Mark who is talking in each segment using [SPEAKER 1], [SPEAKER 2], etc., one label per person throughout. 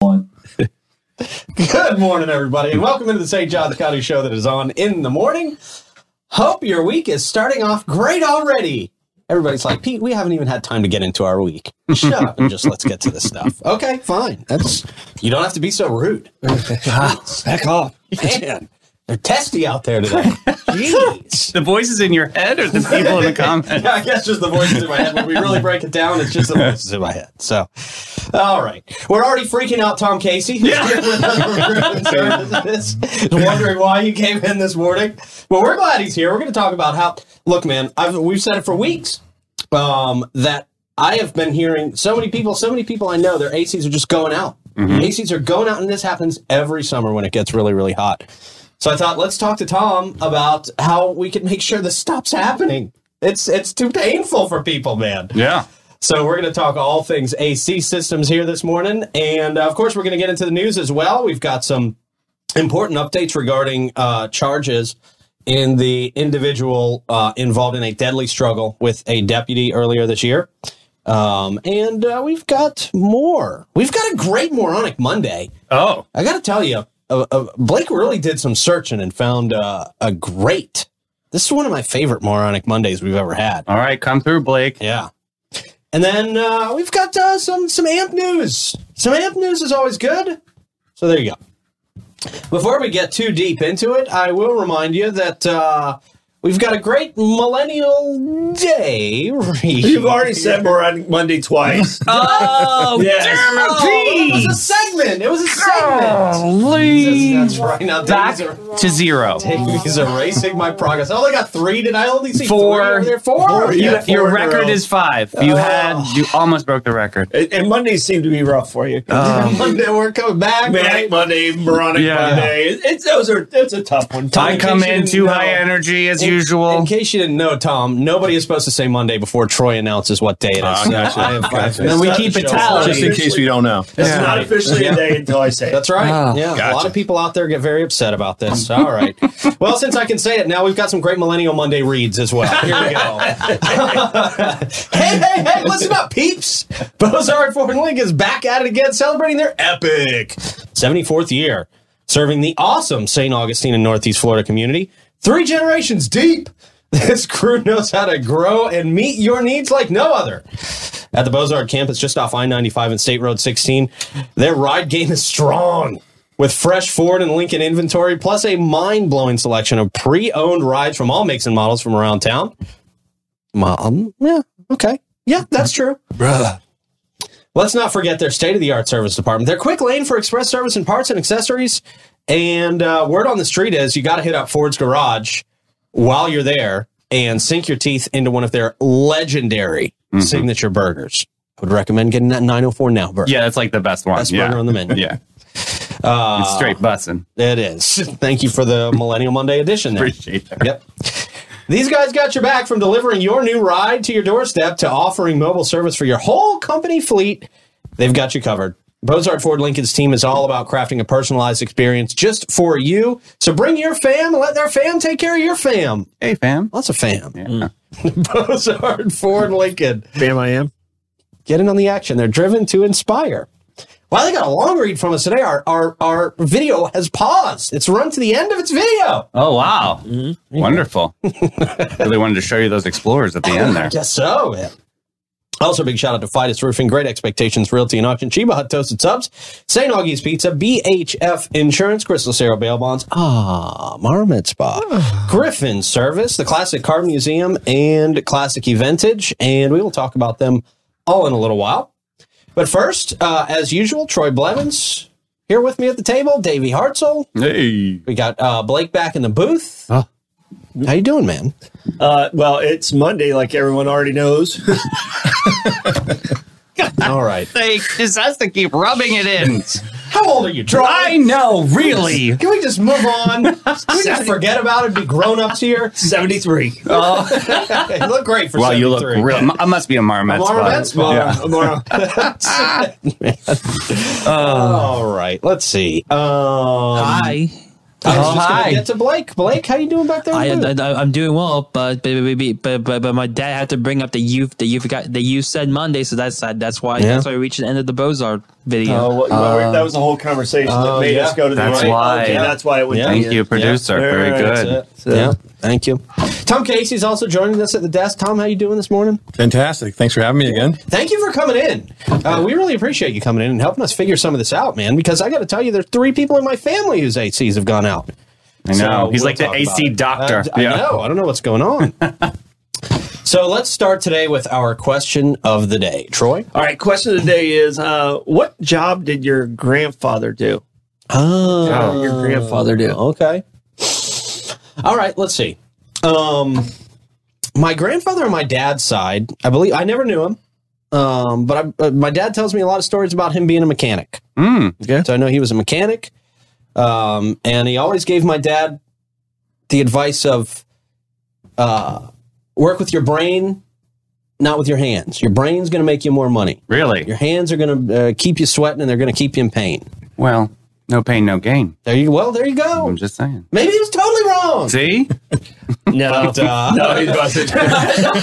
[SPEAKER 1] One. Good morning, everybody, and welcome into the St. John's County Show that is on in the morning. Hope your week is starting off great already. Everybody's like, Pete, we haven't even had time to get into our week. Shut up and just let's get to this stuff. Okay, fine. That's you don't have to be so rude.
[SPEAKER 2] Heck off.
[SPEAKER 1] Man, they're testy out there today. Jeez.
[SPEAKER 2] The voices in your head or the people in the comments?
[SPEAKER 1] Yeah, I guess just the voices in my head. When we really break it down, it's just the voices in my head. So, all right. We're already freaking out Tom Casey. who's here with us for services, wondering why he came in this morning. Well, we're glad he's here. We're going to talk about how, look, man, I've, we've said it for weeks um, that I have been hearing so many people, so many people I know, their ACs are just going out. ACs are going out, and this happens every summer when it gets really, really hot. So I thought, let's talk to Tom about how we can make sure this stops happening. It's it's too painful for people, man.
[SPEAKER 2] Yeah.
[SPEAKER 1] So we're going to talk all things AC systems here this morning, and uh, of course, we're going to get into the news as well. We've got some important updates regarding uh, charges in the individual uh, involved in a deadly struggle with a deputy earlier this year. Um, and uh, we've got more. We've got a great moronic Monday.
[SPEAKER 2] Oh.
[SPEAKER 1] I got to tell you, uh, uh, Blake really did some searching and found uh, a great. This is one of my favorite moronic Mondays we've ever had.
[SPEAKER 2] All right. Come through, Blake.
[SPEAKER 1] Yeah. And then uh, we've got uh, some some amp news. Some amp news is always good. So there you go. Before we get too deep into it, I will remind you that uh, we've got a great Millennial Day.
[SPEAKER 3] You've already said Moronic Monday twice.
[SPEAKER 2] Oh,
[SPEAKER 3] Yes.
[SPEAKER 1] Oh, it was a segment. It was a segment. That's right. Now
[SPEAKER 2] Oh, Back
[SPEAKER 1] days are,
[SPEAKER 2] to zero.
[SPEAKER 1] days are erasing my progress. Oh, I got three. Did I only see
[SPEAKER 2] Four.
[SPEAKER 1] Three over there? Four.
[SPEAKER 3] Four,
[SPEAKER 1] Yeah.
[SPEAKER 3] yeah.
[SPEAKER 2] Your
[SPEAKER 3] Four
[SPEAKER 2] record
[SPEAKER 3] girls.
[SPEAKER 2] is five. You had, you almost broke the record.
[SPEAKER 3] and and Mondays seem to be rough for you.
[SPEAKER 1] Monday, we're coming back.
[SPEAKER 3] Manic
[SPEAKER 1] right?
[SPEAKER 3] Monday, Moronic
[SPEAKER 2] Yeah.
[SPEAKER 3] Monday. It- It's those are it's a tough one.
[SPEAKER 2] I
[SPEAKER 1] in
[SPEAKER 2] come
[SPEAKER 1] case you
[SPEAKER 2] in
[SPEAKER 1] didn't
[SPEAKER 2] too
[SPEAKER 1] know-
[SPEAKER 2] high energy as
[SPEAKER 1] In-
[SPEAKER 2] usual.
[SPEAKER 1] In case you didn't know, Tom, nobody is supposed to say Monday before Troy announces what day it is.
[SPEAKER 4] Ah, gotcha.
[SPEAKER 1] I have- I have-
[SPEAKER 3] Then we
[SPEAKER 2] keep it
[SPEAKER 1] Show.
[SPEAKER 2] tally.
[SPEAKER 4] just in case we don't know.
[SPEAKER 3] It's
[SPEAKER 2] Yeah.
[SPEAKER 3] not officially a day until I say it.
[SPEAKER 1] That's right.
[SPEAKER 2] Ah.
[SPEAKER 1] yeah, a lot
[SPEAKER 4] Gotcha.
[SPEAKER 1] of people out there get very upset about this. All right. well, since I can say it now, we've got some great Millennial Monday reads as well. Here we go. hey, hey, hey! Listen up, peeps. Bozard Ford Link is back at it again, celebrating their epic 74th year, serving the awesome St. Augustine and Northeast Florida community, three generations deep. This crew knows how to grow and meet your needs like no other at the Bozard campus just off I 95 and State Road 16. Their ride game is strong with fresh Ford and Lincoln inventory, plus a mind blowing selection of pre owned rides from all makes and models from around town. Mom? Yeah, okay. Yeah, that's true. Let's not forget their state of the art service department, their quick lane for express service and parts and accessories. And uh, word on the street is you got to hit up Ford's Garage while you're there and sink your teeth into one of their legendary
[SPEAKER 2] Mm-hmm.
[SPEAKER 1] signature burgers. I would recommend getting that 904 now burger.
[SPEAKER 2] yeah, that's like the best one. Uh,
[SPEAKER 1] Best
[SPEAKER 2] yeah.
[SPEAKER 1] burger on the menu.
[SPEAKER 2] yeah. it's straight bussin'.
[SPEAKER 1] It is. Thank you for the Millennial Monday edition there.
[SPEAKER 2] Appreciate that.
[SPEAKER 1] Yep. These guys got your back from delivering your new ride to your doorstep to offering mobile service for your whole company fleet. They've got you covered. Bozart Ford Lincoln's team is all about crafting a personalized experience just for you. So bring your fam and let their fam take care of your fam.
[SPEAKER 2] Hey, fam.
[SPEAKER 1] Lots of fam. Bozart Ford Lincoln.
[SPEAKER 3] Bam I am.
[SPEAKER 1] Get in on the action. They're driven to inspire. Well, they got a long read from us today. Our, our, our video has paused. It's run to the end of its video.
[SPEAKER 2] Oh, wow. Wonderful. really wanted to show you those explorers at the end there.
[SPEAKER 1] I guess so, man. Also, big shout out to Fidus Roofing, Great Expectations Realty and Auction, Chiba Hut Toasted Subs, St. Augie's Pizza, BHF Insurance, Crystal Sarah Bail Bonds, Ah, Marmot Spa, Griffin Service, the Classic Car Museum, and Classic Eventage. And we will talk about them all in a little while. But first, uh, as usual, Troy Blevins here with me at the table, Davey Hartzell.
[SPEAKER 4] Hey.
[SPEAKER 1] We got uh, Blake back in the booth. How you doing, man?
[SPEAKER 3] Uh, well, it's Monday, like everyone already knows.
[SPEAKER 1] All right.
[SPEAKER 2] They just has to keep rubbing it in.
[SPEAKER 1] How old are you, Troy?
[SPEAKER 2] I know, really.
[SPEAKER 1] Can we just move on? Can we just forget about it? Be grown ups here.
[SPEAKER 3] Seventy three.
[SPEAKER 1] Hey, you look great for
[SPEAKER 2] Wow, you look
[SPEAKER 1] 73.
[SPEAKER 2] real. I must be a marmot.
[SPEAKER 1] Laura
[SPEAKER 2] spot.
[SPEAKER 1] Bensma. All right, let's see. Um,
[SPEAKER 5] Hi.
[SPEAKER 1] I was
[SPEAKER 4] Oh,
[SPEAKER 1] just
[SPEAKER 4] hi.
[SPEAKER 1] gonna get to Blake. Blake, how you doing back there?
[SPEAKER 4] I, uh,
[SPEAKER 1] in the
[SPEAKER 4] I,
[SPEAKER 1] booth?
[SPEAKER 4] I, am doing well, but but, but but- but but but my dad had to bring up the youth the you forgot the you said Monday, so that's that's why
[SPEAKER 1] Yeah.
[SPEAKER 4] that's why we reached the end of the Bozart video.
[SPEAKER 3] Oh, well, well, that was the whole conversation
[SPEAKER 1] oh,
[SPEAKER 3] that made
[SPEAKER 1] yeah.
[SPEAKER 3] us go to the
[SPEAKER 2] That's
[SPEAKER 3] right.
[SPEAKER 2] why.
[SPEAKER 3] Okay, that's why it would
[SPEAKER 1] Yeah.
[SPEAKER 3] be
[SPEAKER 2] Thank
[SPEAKER 3] it.
[SPEAKER 2] you, producer.
[SPEAKER 3] Yeah.
[SPEAKER 2] Very
[SPEAKER 3] Right,
[SPEAKER 2] good.
[SPEAKER 4] uh,
[SPEAKER 1] That's it.
[SPEAKER 5] So-
[SPEAKER 1] Uh, yeah, thank you. Tom Casey's also joining us at the desk. Tom, how you doing this morning?
[SPEAKER 5] Fantastic. Thanks for having me again.
[SPEAKER 1] Thank you for coming in. Uh, we really appreciate you coming in and helping us figure some of this out, man. Because I got to tell you, there's three people in my family whose ACs have gone out.
[SPEAKER 2] I know.
[SPEAKER 1] So
[SPEAKER 2] He's
[SPEAKER 1] we'll
[SPEAKER 2] like the
[SPEAKER 1] talk about
[SPEAKER 2] AC
[SPEAKER 1] it.
[SPEAKER 2] doctor.
[SPEAKER 1] Uh, I know. I don't know what's going on. so let's start today with our question of the day. Troy?
[SPEAKER 3] All right. Question of the day is: uh, What job did your grandfather do?
[SPEAKER 1] Oh,
[SPEAKER 3] What did your grandfather do?
[SPEAKER 1] okay. All right, let's see. Um, my grandfather on my dad's side, I believe, I never knew him. Um, but I, uh, my dad tells me a lot of stories about him being a mechanic.
[SPEAKER 2] Mm.
[SPEAKER 1] So I know he was a mechanic. Um, and he always gave my dad the advice of uh, work with your brain, not with your hands. Your brain's going to make you more money.
[SPEAKER 2] Really?
[SPEAKER 1] Your hands are going to uh, keep you sweating and they're going to keep you in pain.
[SPEAKER 2] Well, no pain, no gain.
[SPEAKER 1] There you well, there you go.
[SPEAKER 2] I'm just saying.
[SPEAKER 1] Maybe he was totally wrong.
[SPEAKER 2] See?
[SPEAKER 3] No,
[SPEAKER 1] But, uh,
[SPEAKER 3] no, he wasn't.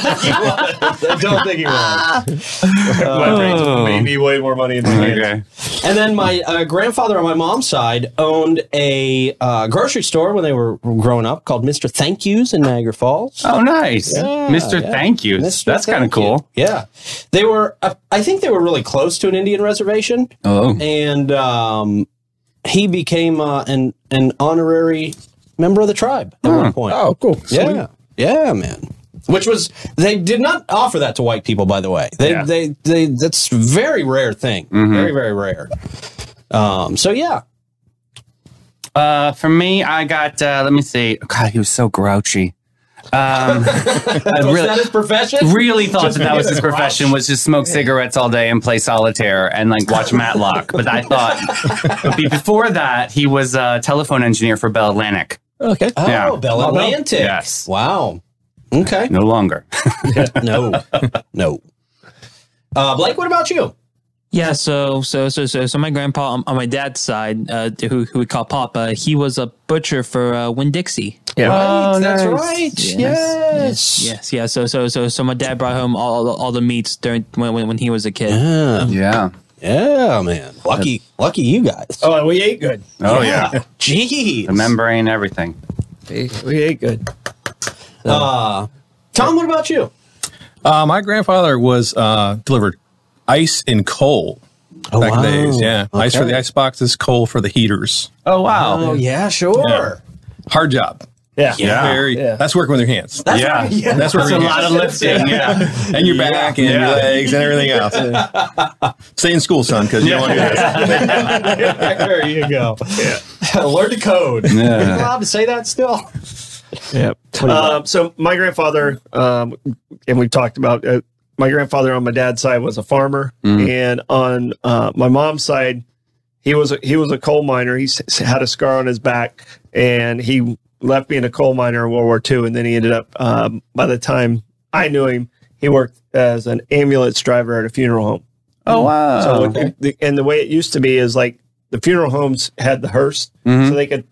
[SPEAKER 1] I don't think he was.
[SPEAKER 3] My brains made me way more money than my hands.
[SPEAKER 2] Okay.
[SPEAKER 1] And then my uh, grandfather on my mom's side owned a uh, grocery store when they were growing up called Mr. Thank Yous in Niagara Falls.
[SPEAKER 2] Oh, nice.
[SPEAKER 1] Yeah,
[SPEAKER 2] Mr.
[SPEAKER 1] yeah.
[SPEAKER 2] Thank you.
[SPEAKER 1] Mr.
[SPEAKER 2] That's kind of
[SPEAKER 1] Thank you.
[SPEAKER 2] cool.
[SPEAKER 1] Yeah, they were. Uh, I think they were really close to an Indian reservation,
[SPEAKER 2] Oh.
[SPEAKER 1] and um, he became uh, an an honorary member of the tribe at
[SPEAKER 2] Hmm.
[SPEAKER 1] one point.
[SPEAKER 5] Oh, cool.
[SPEAKER 1] yeah, yeah, man. Which was they did not offer that to white people, by the way. They
[SPEAKER 2] Yeah. Mm-hmm.
[SPEAKER 1] they they that's a very rare thing, very very rare. Um, so yeah,
[SPEAKER 2] Uh, for me, I got, uh, let me see. God, he was so grouchy. Um, I
[SPEAKER 1] was
[SPEAKER 2] really,
[SPEAKER 1] that his profession?
[SPEAKER 2] really thought that that was his profession was just smoke cigarettes all day and play solitaire and like watch Matlock. But I thought, but be- before that, he was a telephone engineer for Bell Atlantic.
[SPEAKER 5] Okay.
[SPEAKER 1] oh,
[SPEAKER 2] Yeah.
[SPEAKER 1] Bell Atlantic.
[SPEAKER 2] Yes.
[SPEAKER 1] Wow. Okay.
[SPEAKER 2] No longer.
[SPEAKER 1] No. no. Uh, Blake, what about you?
[SPEAKER 4] Yeah, so so so so so my grandpa on, on my dad's side, uh, who who we call Pop, uh, he was a butcher for uh, Winn Dixie.
[SPEAKER 2] Uh,
[SPEAKER 1] Right, that's
[SPEAKER 2] nice.
[SPEAKER 1] right. Yes.
[SPEAKER 4] Yes. Yes, yeah. So so so so my dad brought home all all the meats during when when, when he was a kid.
[SPEAKER 1] Yeah.
[SPEAKER 2] Yeah.
[SPEAKER 1] Yeah, man. Lucky, lucky you guys.
[SPEAKER 3] Oh, and we ate good.
[SPEAKER 2] Oh, yeah.
[SPEAKER 1] Jeez.
[SPEAKER 2] The membrane, everything.
[SPEAKER 3] We ate good.
[SPEAKER 1] Uh, Tom, what about you?
[SPEAKER 5] Uh, my grandfather was uh, delivered ice and coal
[SPEAKER 1] Oh,
[SPEAKER 5] back in the days. Yeah. Ice for
[SPEAKER 1] Okay.
[SPEAKER 5] the ice boxes, coal for the heaters.
[SPEAKER 2] Oh, wow.
[SPEAKER 1] Oh, yeah, sure.
[SPEAKER 5] Yeah. Hard job.
[SPEAKER 3] Yeah.
[SPEAKER 2] Yeah.
[SPEAKER 5] Very,
[SPEAKER 3] Yeah.
[SPEAKER 5] That's working with your hands.
[SPEAKER 1] That's
[SPEAKER 2] Yeah.
[SPEAKER 1] right, yeah.
[SPEAKER 5] That's where
[SPEAKER 2] That's a
[SPEAKER 5] we-
[SPEAKER 2] lot of lifting. Yeah.
[SPEAKER 5] and your back and
[SPEAKER 2] Yeah.
[SPEAKER 5] your legs and everything else. Stay in school, son, because you don't want to do this.
[SPEAKER 1] there you go. Learn to code.
[SPEAKER 2] Yeah.
[SPEAKER 1] Are you allowed to say that still?
[SPEAKER 3] Um, so my grandfather, um, and we've talked about uh, my grandfather on my dad's side was a farmer, and on uh, my mom's side, he was a, he was a coal miner. He s- had a scar on his back, and he left being a coal miner in World War II, and then he ended up. Um, by the time I knew him, he worked as an ambulance driver at a funeral home.
[SPEAKER 2] Oh, wow.
[SPEAKER 3] So what- the, and the way it used to be is like the funeral homes had the hearse,
[SPEAKER 2] Mm-hmm.
[SPEAKER 3] so they could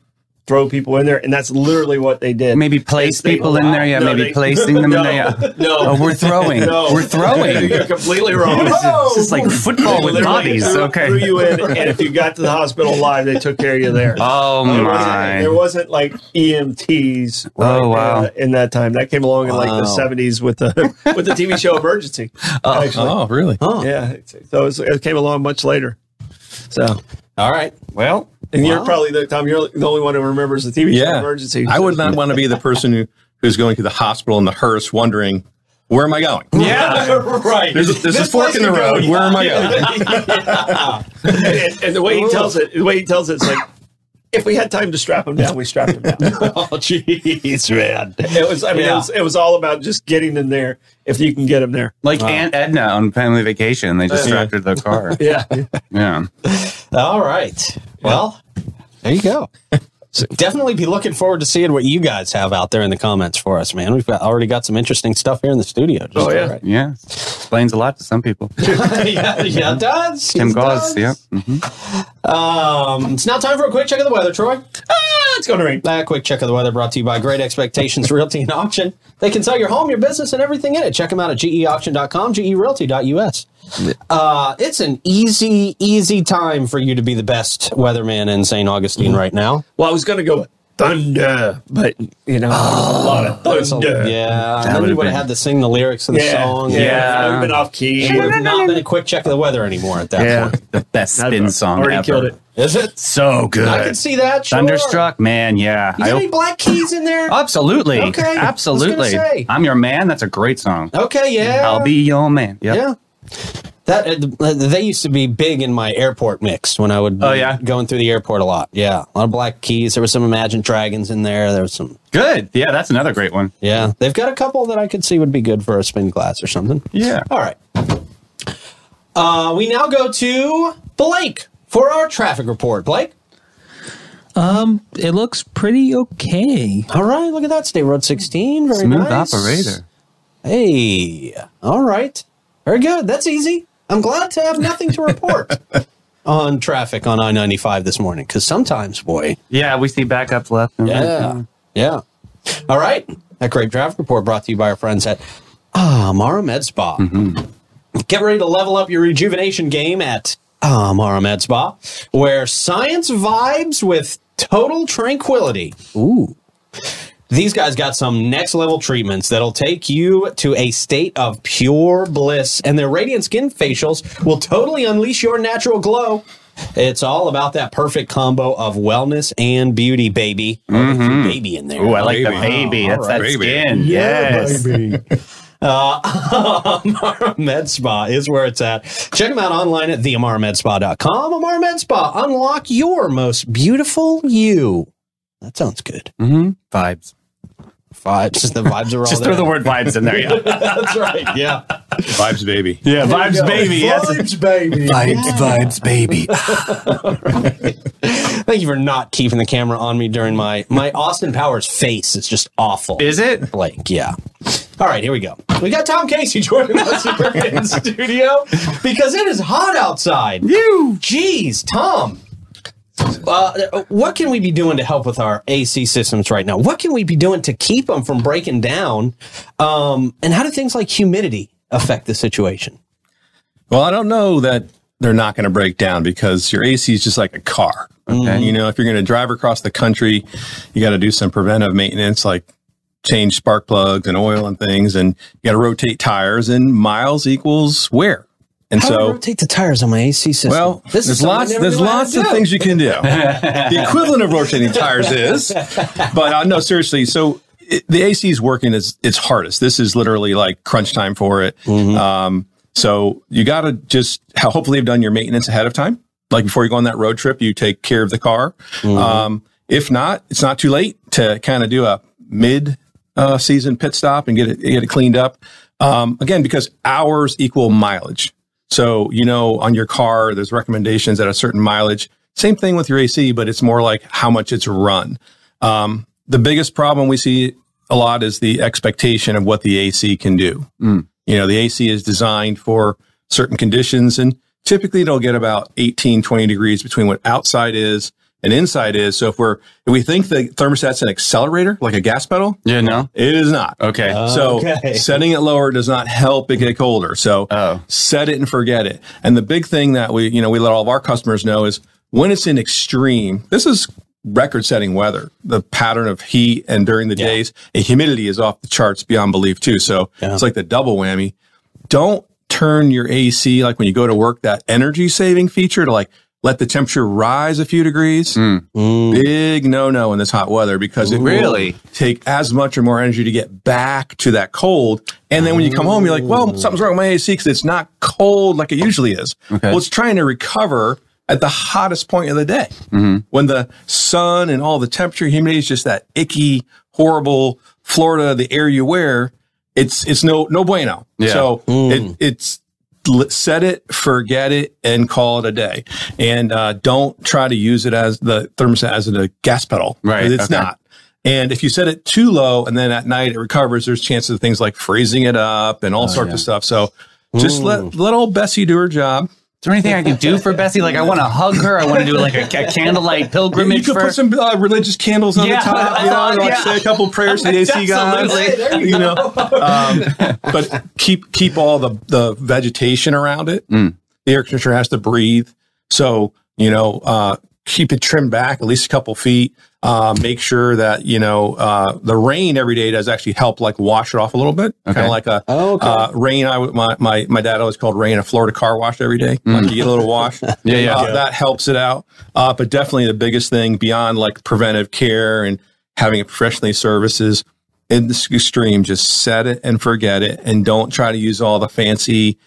[SPEAKER 3] throw people in there, and that's literally what they did.
[SPEAKER 2] Maybe place
[SPEAKER 3] They-
[SPEAKER 2] people in there. Yeah,
[SPEAKER 3] No,
[SPEAKER 2] maybe
[SPEAKER 3] they-
[SPEAKER 2] placing them
[SPEAKER 3] no,
[SPEAKER 2] in there. Yeah.
[SPEAKER 3] No,
[SPEAKER 2] Oh, we're throwing.
[SPEAKER 3] No.
[SPEAKER 2] We're throwing.
[SPEAKER 3] you're completely wrong.
[SPEAKER 2] It's just like football with
[SPEAKER 3] Literally
[SPEAKER 2] bodies.
[SPEAKER 3] threw- Threw
[SPEAKER 2] Okay.
[SPEAKER 3] you in, and if you got to the hospital alive, they took care of you there.
[SPEAKER 2] Oh
[SPEAKER 3] There wasn't, there
[SPEAKER 2] my.
[SPEAKER 3] wasn't like E EMTs.
[SPEAKER 2] Oh,
[SPEAKER 3] uh,
[SPEAKER 2] wow.
[SPEAKER 3] In that time, that came along in like the
[SPEAKER 1] Wow.
[SPEAKER 3] seventies with the with the TV show Emergency.
[SPEAKER 2] Uh-huh.
[SPEAKER 3] actually,
[SPEAKER 5] Oh, really?
[SPEAKER 3] yeah. So it, was, it came along much later. So
[SPEAKER 1] All right.
[SPEAKER 2] Well,
[SPEAKER 3] And you're probably the Tom. You're the only one who remembers the TV show
[SPEAKER 5] Yeah.
[SPEAKER 3] emergency.
[SPEAKER 5] I would not want to be the person who, who's going to the hospital in the hearse wondering, where am I going?
[SPEAKER 2] yeah.
[SPEAKER 1] right.
[SPEAKER 5] There's a, there's a
[SPEAKER 1] This
[SPEAKER 5] fork
[SPEAKER 1] place
[SPEAKER 5] in the
[SPEAKER 1] to go,
[SPEAKER 5] road.
[SPEAKER 1] yeah.
[SPEAKER 5] Where am I going?
[SPEAKER 3] And, and the way he tells it, the way he tells it's like, if we had time to strap him down, we strapped him down.
[SPEAKER 1] Oh, jeez, man.
[SPEAKER 3] It was. I mean,
[SPEAKER 1] Yeah.
[SPEAKER 3] it, was, it was all about just getting in there if you can get him there.
[SPEAKER 2] Like Aunt Edna on family vacation. They distracted the car.
[SPEAKER 3] Yeah.
[SPEAKER 2] Yeah.
[SPEAKER 1] All right. Well, there you go. So definitely be looking forward to seeing what you guys have out there in the comments for us, man. We've got, already got some interesting stuff here in the studio. Just
[SPEAKER 3] Oh, yeah.
[SPEAKER 1] already.
[SPEAKER 2] Yeah. Explains a lot to some people.
[SPEAKER 1] yeah, yeah, it does.
[SPEAKER 2] Tim
[SPEAKER 1] It
[SPEAKER 2] Gauze.
[SPEAKER 1] does.
[SPEAKER 2] Yep.
[SPEAKER 1] Um, it's now time for a quick check of the weather, Troy.
[SPEAKER 2] Ah,
[SPEAKER 3] it's going to rain.
[SPEAKER 1] A quick check of the weather brought to you by Great Expectations Realty and Auction. They can sell your home, your business, and everything in it. Check them out at geauction.com, gerealty.us. Uh, it's an easy, easy time for you to be the best weatherman in St. Augustine right now.
[SPEAKER 3] Well, I was going to go with thunder, but you know, a lot of thunder.
[SPEAKER 1] Yeah, and then you would have had to sing the lyrics of the
[SPEAKER 3] Yeah,
[SPEAKER 1] song.
[SPEAKER 3] yeah,
[SPEAKER 2] Yeah.
[SPEAKER 3] I would've been off key.
[SPEAKER 1] It would have not been a quick check of the weather anymore at that
[SPEAKER 3] Yeah.
[SPEAKER 1] point.
[SPEAKER 2] The best spin
[SPEAKER 3] I've
[SPEAKER 2] song
[SPEAKER 3] already
[SPEAKER 2] ever.
[SPEAKER 3] killed it.
[SPEAKER 1] Is it?
[SPEAKER 2] So good.
[SPEAKER 1] I can see that. sure.
[SPEAKER 2] Thunderstruck, man. Yeah.
[SPEAKER 1] You
[SPEAKER 2] I
[SPEAKER 1] got
[SPEAKER 2] hope-
[SPEAKER 1] any black keys in there?
[SPEAKER 2] absolutely.
[SPEAKER 1] Okay, I was gonna
[SPEAKER 2] Absolutely.
[SPEAKER 1] say.
[SPEAKER 2] I'm your man. That's a great song.
[SPEAKER 1] Okay, yeah.
[SPEAKER 2] I'll be your man. Yep.
[SPEAKER 1] Yeah. That uh, th- they used to be big in my airport mix when I would be
[SPEAKER 2] Oh, yeah?
[SPEAKER 1] going through the airport a lot. Yeah, a lot of Black Keys. There was some Imagine Dragons in there. There was some.
[SPEAKER 2] Good. Yeah, that's another great one.
[SPEAKER 1] Yeah, they've got a couple that I could see would be good for a spin class or something.
[SPEAKER 2] Yeah.
[SPEAKER 1] All right. Uh, we now go to Blake for our traffic report. Blake.
[SPEAKER 4] It looks pretty okay.
[SPEAKER 1] All right, look at that. State Road 16. Very
[SPEAKER 2] Smooth
[SPEAKER 1] nice.
[SPEAKER 2] operator.
[SPEAKER 1] Hey, all right. Very good. That's easy. I'm glad to have nothing to report on traffic on I 95 this morning because sometimes, boy,
[SPEAKER 2] Yeah, we see backups left. And right.
[SPEAKER 1] yeah, yeah. All right. That great traffic report brought to you by our friends at Amara Med Spa. Get ready to level up your rejuvenation game at Amara Med Spa, where science vibes with total tranquility. Ooh. These guys got some next level treatments that'll take you to a state of pure bliss, and their radiant skin facials will totally unleash your natural glow. It's all about that perfect combo of wellness and beauty, baby. Oh, there's a baby in there.
[SPEAKER 2] Mm-hmm. Ooh, I like the
[SPEAKER 5] Baby.
[SPEAKER 2] baby.
[SPEAKER 1] Oh,
[SPEAKER 2] that's
[SPEAKER 1] all
[SPEAKER 2] that
[SPEAKER 5] right.
[SPEAKER 2] skin. yes.
[SPEAKER 1] Uh, Amara Med Spa is where it's at. Check them out online at theamaramedspa.com. Amara Med Spa, unlock your most beautiful you. That sounds good.
[SPEAKER 2] Vibes.
[SPEAKER 1] Vibes, the vibes are all
[SPEAKER 2] Hmm? Just
[SPEAKER 1] there.
[SPEAKER 2] throw the word vibes in there. Yeah.
[SPEAKER 1] That's right. Yeah.
[SPEAKER 5] Vibes, baby.
[SPEAKER 2] yeah. Vibes, baby. That's a-
[SPEAKER 6] Vibes, baby.
[SPEAKER 2] vibes, baby.
[SPEAKER 1] Thank you for not keeping the camera on me during my my Austin Powers face. It's just awful.
[SPEAKER 2] Is it?
[SPEAKER 1] Blake, yeah. All right, here we go. We got Tom Casey joining us here in studio because it is hot outside.
[SPEAKER 2] You.
[SPEAKER 1] Jeez, Tom. Uh, what can we be doing to help with our AC systems right now? What can we be doing to keep them from breaking down? Um, and how do things like humidity affect the situation?
[SPEAKER 5] Well, I don't know that they're not going to break down because your AC is just like a car.
[SPEAKER 1] Mm-hmm.
[SPEAKER 5] Okay. You know, if you're going to drive across the country, you got to do some preventive maintenance like change spark plugs and oil and things, and you got to rotate tires, and miles equals wear. And
[SPEAKER 1] How do I
[SPEAKER 5] so,
[SPEAKER 1] rotate the tires on my AC system?
[SPEAKER 5] well,
[SPEAKER 1] This is
[SPEAKER 5] there's
[SPEAKER 1] something I
[SPEAKER 5] lots
[SPEAKER 1] never
[SPEAKER 5] there's
[SPEAKER 1] knew I had
[SPEAKER 5] lots
[SPEAKER 1] to
[SPEAKER 5] of
[SPEAKER 1] do.
[SPEAKER 5] things you can do. the equivalent of rotating tires is, but uh, no, seriously. So it, the AC is working its its hardest. This is literally like crunch time for it.
[SPEAKER 1] Mm-hmm.
[SPEAKER 5] Um, so you got to just ho- hopefully have done your maintenance ahead of time. Like before you go on that road trip, you take care of the car.
[SPEAKER 1] Mm-hmm.
[SPEAKER 5] Um, if not, it's not too late to kind of do a mid uh, season pit stop and get it get it cleaned up. Um, again, because hours equal mileage. So, you know, on your car, there's recommendations at a certain mileage. Same thing with your AC, but it's more like how much it's run. Um, the biggest problem we see a lot is the expectation of what the AC can do. You know, the AC is designed for certain conditions and typically it'll get about 18, 20 degrees between what outside is and inside is. So if we're, if we think the thermostat's an accelerator, like a gas pedal,
[SPEAKER 2] You know?
[SPEAKER 5] it is not.
[SPEAKER 2] Okay.
[SPEAKER 5] So
[SPEAKER 1] Okay.
[SPEAKER 5] setting it lower does not help it get colder. So
[SPEAKER 2] Oh.
[SPEAKER 5] set it and forget it. And the big thing that we, you know, we let all of our customers know is when it's in extreme, this is record setting weather, the pattern of heat and during the days and humidity is off the charts beyond belief too. So it's like the double whammy. Don't turn your AC, like when you go to work, that energy saving feature to like, let the temperature rise a few degrees. Big no no in this hot weather because it will
[SPEAKER 2] Really?
[SPEAKER 5] take as much or more energy to get back to that cold. And then when you come home, you're like, well, something's wrong with my AC because it's not cold like it usually is. Well, it's trying to recover at the hottest point of the day when the sun and all the temperature, humidity is just that icky, horrible Florida, the air you wear. It's, it's no, no bueno.
[SPEAKER 2] Yeah. Mm.
[SPEAKER 5] So it, it's, l- set it, forget it, and call it a day. And uh, don't try to use it as the thermostat as a gas pedal.
[SPEAKER 2] Right,
[SPEAKER 5] It's
[SPEAKER 2] okay.
[SPEAKER 5] not. And if you set it too low and then at night it recovers, there's chances
[SPEAKER 2] Oh, Mm.
[SPEAKER 5] of things like freezing it up and all sorts of stuff. So just let let old Bessie do her job.
[SPEAKER 2] there anything I can do for Bessie? Like, I want to hug her. I want to do like a, a candlelight
[SPEAKER 5] You,
[SPEAKER 2] pilgrimage
[SPEAKER 5] could
[SPEAKER 2] for.
[SPEAKER 5] put some uh, religious candles on
[SPEAKER 2] Yeah,
[SPEAKER 5] the top,
[SPEAKER 2] I
[SPEAKER 5] you know, like
[SPEAKER 2] thought-
[SPEAKER 5] say a couple prayers to the AC guys,
[SPEAKER 2] Absolutely.
[SPEAKER 5] you, know. Um, but keep keep all the the vegetation around it. The air conditioner has to breathe, so you know uh, keep it trimmed back at least a couple feet. Uh, make sure that you know uh, the rain every day does actually help, like wash it off a little bit, kind
[SPEAKER 2] Okay.
[SPEAKER 5] of like a
[SPEAKER 1] Oh, okay.
[SPEAKER 5] uh, rain. I would- my, my my dad always called rain a Florida car wash every day. Like you get a little wash,
[SPEAKER 2] Yeah, yeah.
[SPEAKER 5] Uh, that helps it out. Uh, but definitely the biggest thing beyond like preventive care and having it professionally services in this extreme, just set it and forget it, and don't try to use all the fancy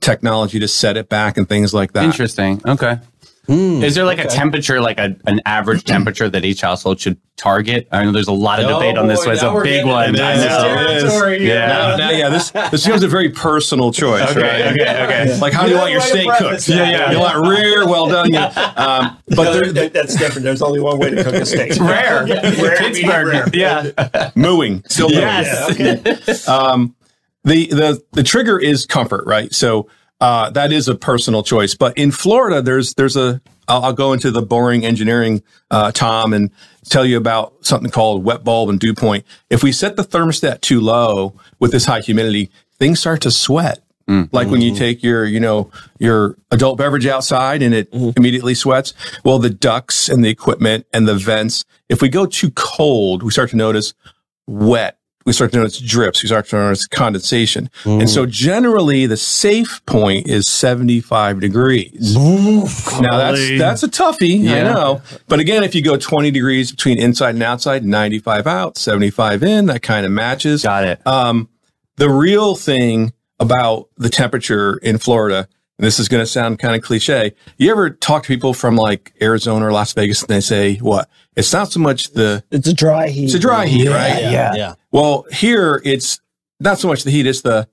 [SPEAKER 5] technology to set it back and things like that.
[SPEAKER 2] Oh, Interesting. Okay. Is there like a temperature, like a, an average temperature that each household should target? I know there's a lot of
[SPEAKER 1] Oh,
[SPEAKER 2] debate on this
[SPEAKER 1] boy,
[SPEAKER 2] one. It's
[SPEAKER 1] now
[SPEAKER 2] a
[SPEAKER 1] we're
[SPEAKER 2] big
[SPEAKER 1] getting
[SPEAKER 2] one.
[SPEAKER 1] into
[SPEAKER 2] I
[SPEAKER 1] this
[SPEAKER 2] know.
[SPEAKER 1] territory.
[SPEAKER 5] Now,
[SPEAKER 2] Yeah.
[SPEAKER 5] now, yeah, this this becomes a very personal choice, right?
[SPEAKER 2] okay, okay.
[SPEAKER 5] Like, how do you want your
[SPEAKER 1] Way to
[SPEAKER 5] steak
[SPEAKER 1] preface
[SPEAKER 5] cooked?
[SPEAKER 1] that.
[SPEAKER 5] Yeah, yeah. You want rare, well done. Yeah. Um, but
[SPEAKER 3] No,
[SPEAKER 5] there,
[SPEAKER 3] that- that- that's different. There's only one way to cook a steak. Rare,
[SPEAKER 2] Rare.
[SPEAKER 3] medium rare.
[SPEAKER 2] Pittsburgh. Yeah.
[SPEAKER 5] mooing. Still mooing.
[SPEAKER 2] Yes.
[SPEAKER 5] Um, the the the trigger is comfort, right? So uh, that is a personal choice. But in Florida, there's there's a I'll, I'll go into the boring engineering, uh, Tom, and tell you about something called wet bulb and dew point. If we set the thermostat too low with this high humidity, things start to sweat. Like when you take your, you know, your adult beverage outside and it immediately sweats. Well, the ducts and the equipment and the vents, if we go too cold, we start to notice wet. We start to notice drips. We start to notice condensation. And
[SPEAKER 2] Mm.
[SPEAKER 5] so generally the safe point is 75 degrees. now that's, that's a toughie. I
[SPEAKER 2] Yeah.
[SPEAKER 5] know. But again, if you go 20 degrees between inside and outside, 95 out, 75 in, that kind of matches
[SPEAKER 2] Got it.
[SPEAKER 5] the real thing about the temperature in Florida, and this is going to sound kind of cliche. You ever talk to people from like Arizona or Las Vegas and they say, what? It's not so much the,
[SPEAKER 3] It's a dry heat.
[SPEAKER 5] it's a dry heat, right?
[SPEAKER 1] Yeah. Yeah.
[SPEAKER 5] Well, here it's not so much the heat, it's the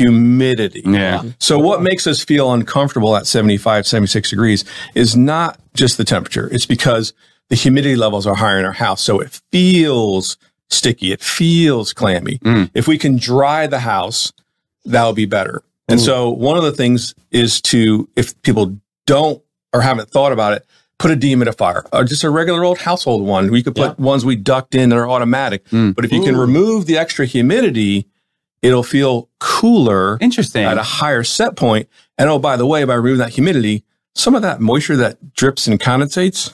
[SPEAKER 5] humidity.
[SPEAKER 2] yeah.
[SPEAKER 5] So what makes us feel uncomfortable at 75, 76 degrees is not just the temperature. It's because the humidity levels are higher in our house. So it feels sticky. It feels clammy. If we can dry the house, that would be better. And so one of the things is to, if people don't or haven't thought about it, put a dehumidifier or just a regular old household one. We could put ones we ducked in that are automatic. But if you can remove the extra humidity, it'll feel cooler
[SPEAKER 2] Interesting.
[SPEAKER 5] at a higher set point. And oh, by the way, by removing that humidity, some of that moisture that drips and condensates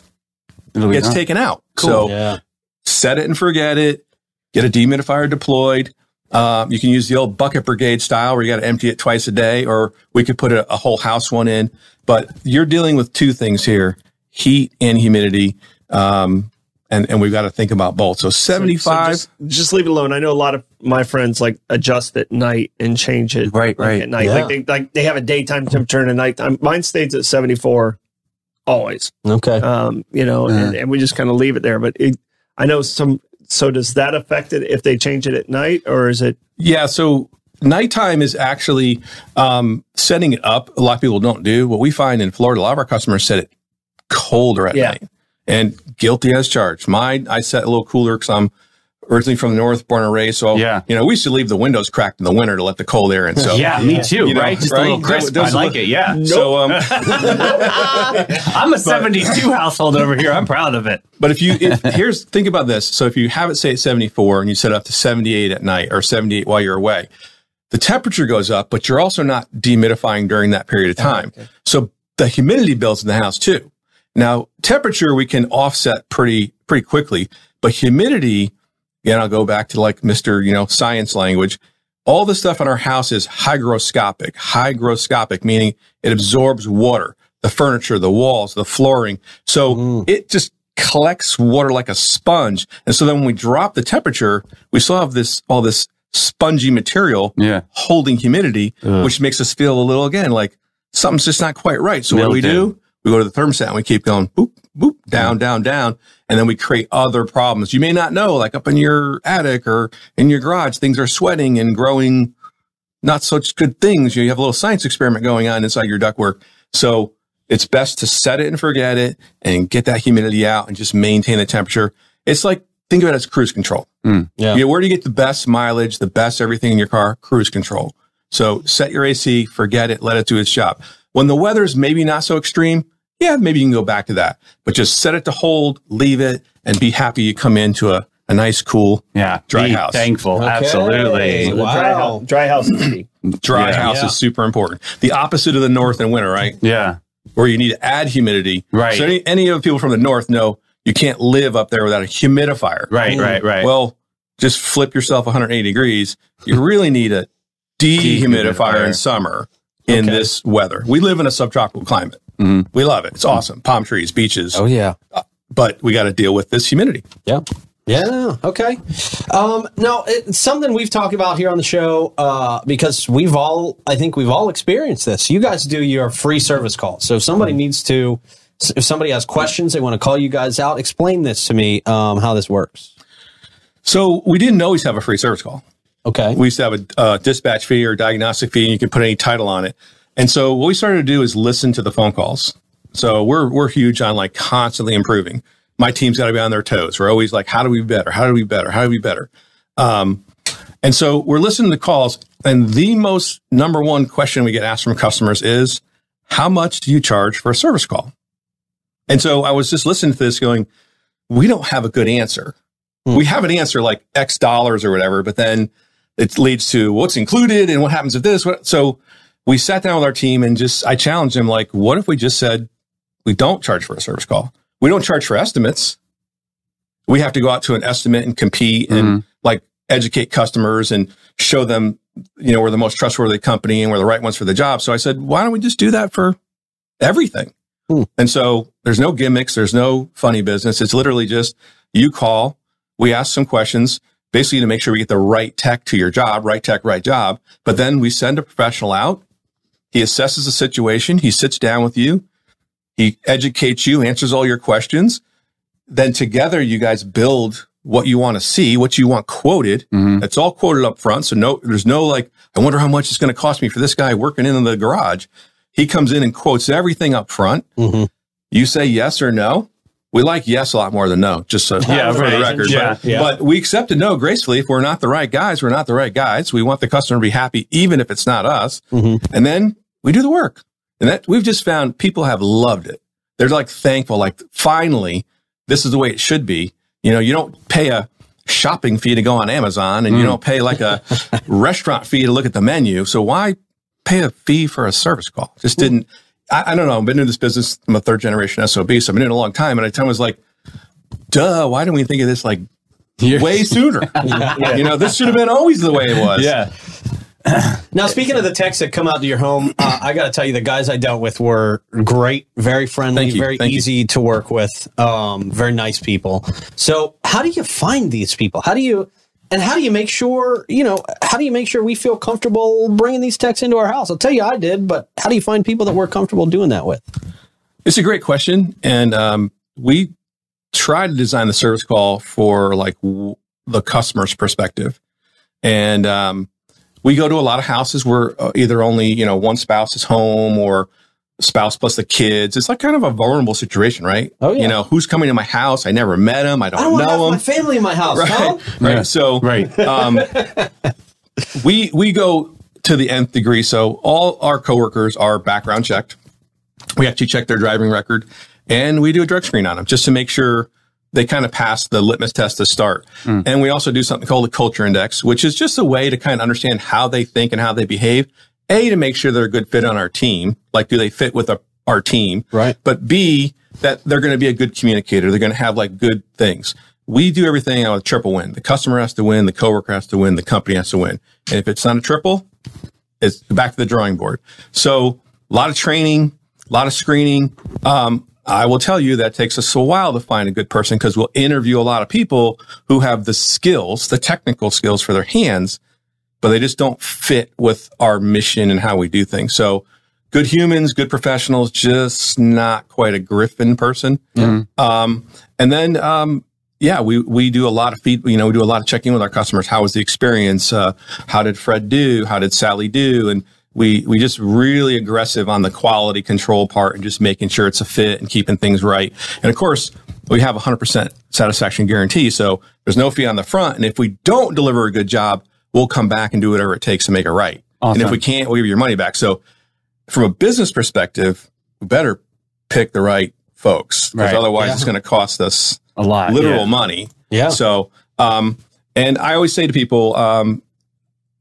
[SPEAKER 2] It'll be
[SPEAKER 5] gets
[SPEAKER 2] gone.
[SPEAKER 5] taken out. So
[SPEAKER 1] Yeah.
[SPEAKER 5] set it and forget it. Get a dehumidifier deployed. Um, you can use the old bucket brigade style where you got to empty it twice a day, or we could put a, a whole house one in. But you're dealing with two things here: heat and humidity, um, and and we've got to think about both. So
[SPEAKER 3] So
[SPEAKER 5] 75.
[SPEAKER 3] just, just leave it alone. I know a lot of my friends like adjust at night and change it.
[SPEAKER 2] Right,
[SPEAKER 3] like,
[SPEAKER 2] right.
[SPEAKER 3] At night, like they like they have a daytime temperature and a nighttime. Mine stays at seventy four, always.
[SPEAKER 1] Okay.
[SPEAKER 3] Um, you know, and, and we just kind of leave it there. But it, I know some. So does that affect it if they change it at night, or is it?
[SPEAKER 5] Yeah. So nighttime is actually um, setting it up. A lot of people don't do what we find in Florida. A lot of our customers set it colder at
[SPEAKER 3] Yeah.
[SPEAKER 5] night and guilty as charged. Mine, I set a little cooler because I'm originally from the north, born and raised. So,
[SPEAKER 2] Yeah.
[SPEAKER 5] you know, we used to leave the windows cracked in the winter to let the cold air in. So,
[SPEAKER 2] yeah, me too.
[SPEAKER 5] You know,
[SPEAKER 2] right? Just
[SPEAKER 5] right?
[SPEAKER 2] a little crisp.
[SPEAKER 5] Those-
[SPEAKER 2] I like it. Yeah.
[SPEAKER 5] So, um,
[SPEAKER 2] I'm a 72 household over here. I'm proud of it.
[SPEAKER 5] But if you if, here's think about this. So if you have it say at 74 and you set it up to 78 at night or 78 while you're away, the temperature goes up, but you're also not dehumidifying during that period of time. So the humidity builds in the house too. Now temperature we can offset pretty pretty quickly, but humidity, and I'll go back to like Mr. You know science language. All the stuff in our house is hygroscopic. Hygroscopic meaning it absorbs water, the furniture, the walls, the flooring. So it just collects water like a sponge. And so then when we drop the temperature, we still have this all this spongy material
[SPEAKER 2] Yeah.
[SPEAKER 5] holding humidity, which makes us feel a little again like something's just not quite right. So what do we
[SPEAKER 2] Mildew.
[SPEAKER 5] do? We go to the thermostat and we keep going boop, boop, down, down, down. And then we create other problems. You may not know, like up in your attic or in your garage, things are sweating and growing not such good things. You have a little science experiment going on inside your ductwork. So it's best to set it and forget it and get that humidity out and just maintain the temperature. It's like, think of it as cruise control.
[SPEAKER 1] Yeah.
[SPEAKER 5] You know, where do you get the best mileage, the best everything in your car? Cruise control. So set your AC, forget it, let it do its job. When the weather's maybe not so extreme, yeah, maybe you can go back to that. But just set it to hold, leave it, and be happy you come into a, a nice, cool
[SPEAKER 2] Yeah.
[SPEAKER 5] Dry
[SPEAKER 2] Be
[SPEAKER 5] house.
[SPEAKER 2] Thankful.
[SPEAKER 1] Okay.
[SPEAKER 2] Absolutely.
[SPEAKER 3] Dry,
[SPEAKER 1] Wow.
[SPEAKER 3] house, dry house is key.
[SPEAKER 5] dry
[SPEAKER 2] Yeah.
[SPEAKER 5] house
[SPEAKER 1] Yeah.
[SPEAKER 5] is super important. The opposite of the north and winter, right?
[SPEAKER 2] Yeah.
[SPEAKER 5] Where you need to add humidity.
[SPEAKER 2] Right.
[SPEAKER 5] So any, any of the people from the north know you can't live up there without a humidifier.
[SPEAKER 1] Hmm.
[SPEAKER 2] Right. Right. Right.
[SPEAKER 5] Well, just flip yourself 180 degrees. You really need a dehumidifier in summer in this weather. We live in a subtropical climate.
[SPEAKER 2] Mhm.
[SPEAKER 5] We love it. It's awesome. Palm trees, beaches,
[SPEAKER 1] Oh yeah.
[SPEAKER 5] but we got to deal with this humidity.
[SPEAKER 1] Yeah. Yeah. Okay. Um, now, it's something we've talked about here on the show uh, because we've all, I think we've all experienced this. You guys do your free service calls. So if somebody needs to, if somebody has questions, they want to call you guys out, explain this to me, um, how this works.
[SPEAKER 5] So we didn't always have a free service call.
[SPEAKER 1] Okay.
[SPEAKER 5] We used to have a uh, dispatch fee or diagnostic fee, and you can put any title on it. And so what we started to do is listen to the phone calls. So we're we're huge on like constantly improving. My team's got to be on their toes. We're always like, how do we be better? How do we be better? How do we be better? Um, and so we're listening to calls, and the most number one question we get asked from customers is, how much do you charge for a service call? And so I was just listening to this, going, we don't have a good answer. We have an answer like X dollars or whatever, but then it leads to what's included and what happens if this. What, so we sat down with our team and just I challenged them like, what if we just said we don't charge for a service call? We don't charge for estimates. We have to go out to an estimate and compete and like educate customers and show them, you know, we're the most trustworthy company and we're the right ones for the job. So I said, why don't we just do that for everything?
[SPEAKER 1] Hmm.
[SPEAKER 5] And so there's no gimmicks, there's no funny business. It's literally just you call, we ask some questions, basically to make sure we get the right tech to your job, right tech, right job. But then we send a professional out. He assesses the situation. He sits down with you. He educates you, answers all your questions. Then together you guys build what you want to see, what you want quoted.
[SPEAKER 2] Mm-hmm.
[SPEAKER 5] It's all quoted up front. So no, there's no like, I wonder how much it's going to cost me for this guy working in the garage. He comes in and quotes everything up front.
[SPEAKER 1] Mhm.
[SPEAKER 5] You say yes or no. We like yes a lot more than no, just so
[SPEAKER 2] Yeah,
[SPEAKER 5] for the
[SPEAKER 2] right.
[SPEAKER 5] record.
[SPEAKER 2] Yeah,
[SPEAKER 5] but, but we accept a no gracefully. If we're not the right guys, we're not the right guys. We want the customer to be happy, even if it's not us. And then we do the work. And that we've just found people have loved it. They're like thankful, like finally, this is the way it should be. You know, you don't pay a shopping fee to go on Amazon and you don't pay like a restaurant fee to look at the menu. So why pay a fee for a service call? Just didn't, I, I don't know. I've been in this business. I'm a third generation SOB. So I've been in it a long time. And I time was like, duh, why didn't we think of this like way sooner? You know, this should have been always the way it was.
[SPEAKER 2] yeah.
[SPEAKER 1] Now, speaking of the techs that come out to your home, uh, I got to tell you, the guys I dealt with were great, very friendly,
[SPEAKER 5] Thank you,
[SPEAKER 1] very
[SPEAKER 5] thank you.
[SPEAKER 1] easy to work with, um, very nice people. So, how do you find these people? How do you, and how do you make sure, you know, how do you make sure we feel comfortable bringing these techs into our house? I'll tell you, I did, but how do you find people that we're comfortable doing that with?
[SPEAKER 5] It's a great question, and um, we try to design the service call for like w- the customer's perspective, and um, we go to a lot of houses where uh, either only you know one spouse is home or spouse plus the kids. It's like kind of a vulnerable situation, right?
[SPEAKER 1] Oh, yeah.
[SPEAKER 5] You know who's coming to my house? I never met him. I don't,
[SPEAKER 1] I don't want to have
[SPEAKER 5] know
[SPEAKER 1] my
[SPEAKER 5] him.
[SPEAKER 1] family in my house, huh?
[SPEAKER 5] Right, right. So
[SPEAKER 2] Right.
[SPEAKER 5] um, we we go to the nth degree. So all our coworkers are background checked. We actually check their driving record, and we do a drug screen on them just to make sure they kind of pass the litmus test to start. And we also do something called a culture index, which is just a way to kind of understand how they think and how they behave. A to make sure they're a good fit on our team. Like, do they fit with a, our team?
[SPEAKER 1] Right.
[SPEAKER 5] But B that they're going to be a good communicator. They're going to have like good things. We do everything on a triple win. The customer has to win. The coworker has to win. The company has to win. And if it's not a triple, it's back to the drawing board. So a lot of training, a lot of screening. Um, I will tell you that takes us a while to find a good person because we'll interview a lot of people who have the skills, the technical skills for their hands, but they just don't fit with our mission and how we do things. So good humans, good professionals, just not quite a Griffin person. Um, and then, um, yeah, we, we do a lot of feed, you know, we do a lot of checking with our customers. How was the experience? Uh, how did Fred do? How did Sally do? And we, we just really aggressive on the quality control part and just making sure it's a fit and keeping things right. And of course, we have a hundred percent satisfaction guarantee. So there's no fee on the front. And if we don't deliver a good job, we'll come back and do whatever it takes to make it right. And if we can't, we'll give you your money back. So from a business perspective, we better pick the right folks because
[SPEAKER 2] Right.
[SPEAKER 5] otherwise it's going to cost us
[SPEAKER 2] a lot.
[SPEAKER 5] literal
[SPEAKER 2] yeah. Oh.
[SPEAKER 5] money.
[SPEAKER 1] Yeah.
[SPEAKER 5] So, um, and I always say to people, um,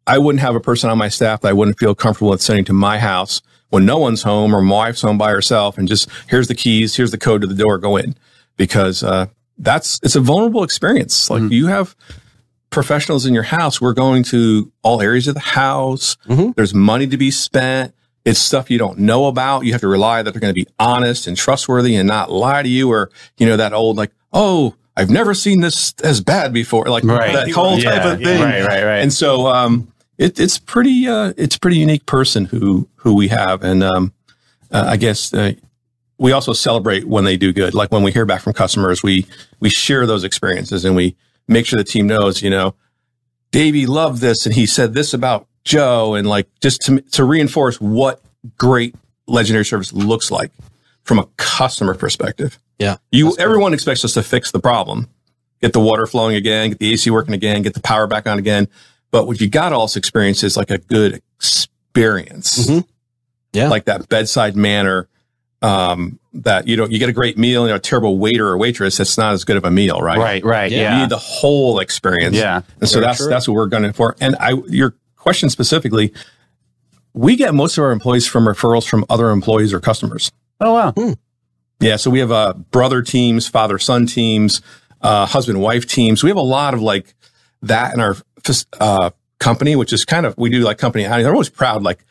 [SPEAKER 5] I wouldn't have a person on my staff that I wouldn't feel comfortable with sending to my house when no one's home or my wife's home by herself, and just here's the keys, here's the code to the door, go in, because uh, that's it's a vulnerable experience. Like
[SPEAKER 2] Mm-hmm.
[SPEAKER 5] you have professionals in your house, we're going to all areas of the house.
[SPEAKER 2] Mm-hmm.
[SPEAKER 5] There's money to be spent. It's stuff you don't know about. You have to rely that they're going to be honest and trustworthy and not lie to you or, you know, that old like, oh, I've never seen this as bad before. Like
[SPEAKER 2] Right.
[SPEAKER 5] that whole
[SPEAKER 2] Yeah,
[SPEAKER 5] type of
[SPEAKER 2] yeah.
[SPEAKER 5] thing.
[SPEAKER 2] Right, right, right.
[SPEAKER 5] And so um it, it's pretty uh it's a pretty unique person who who we have. And um uh, I guess uh, we also celebrate when they do good. Like when we hear back from customers, we we share those experiences and we make sure the team knows, you know, Davey loved this and he said this about Joe and like just to to reinforce what great legendary service looks like from a customer perspective.
[SPEAKER 1] Yeah.
[SPEAKER 5] You everyone expects us to fix the problem, get the water flowing again, get the AC working again, get the power back on again. But what you got to also experience is like a good experience.
[SPEAKER 1] Mhm. Yeah.
[SPEAKER 5] Like that bedside manner um, that you know you get a great meal, you know, a terrible waiter or waitress, that's not as good of a meal, right?
[SPEAKER 2] Right, right.
[SPEAKER 1] Yeah.
[SPEAKER 5] You
[SPEAKER 2] Yeah.
[SPEAKER 5] need the whole experience.
[SPEAKER 2] Yeah.
[SPEAKER 5] And so
[SPEAKER 1] Very
[SPEAKER 5] that's
[SPEAKER 1] true.
[SPEAKER 5] that's what we're gunning for. And I your question specifically, we get most of our employees from referrals from other employees or customers.
[SPEAKER 2] Oh, wow.
[SPEAKER 5] Yeah, so we have uh, brother teams, father son teams, uh, husband wife teams. We have a lot of like that in our fas- uh, company, which is kind of we do like company. outing. They're always proud, like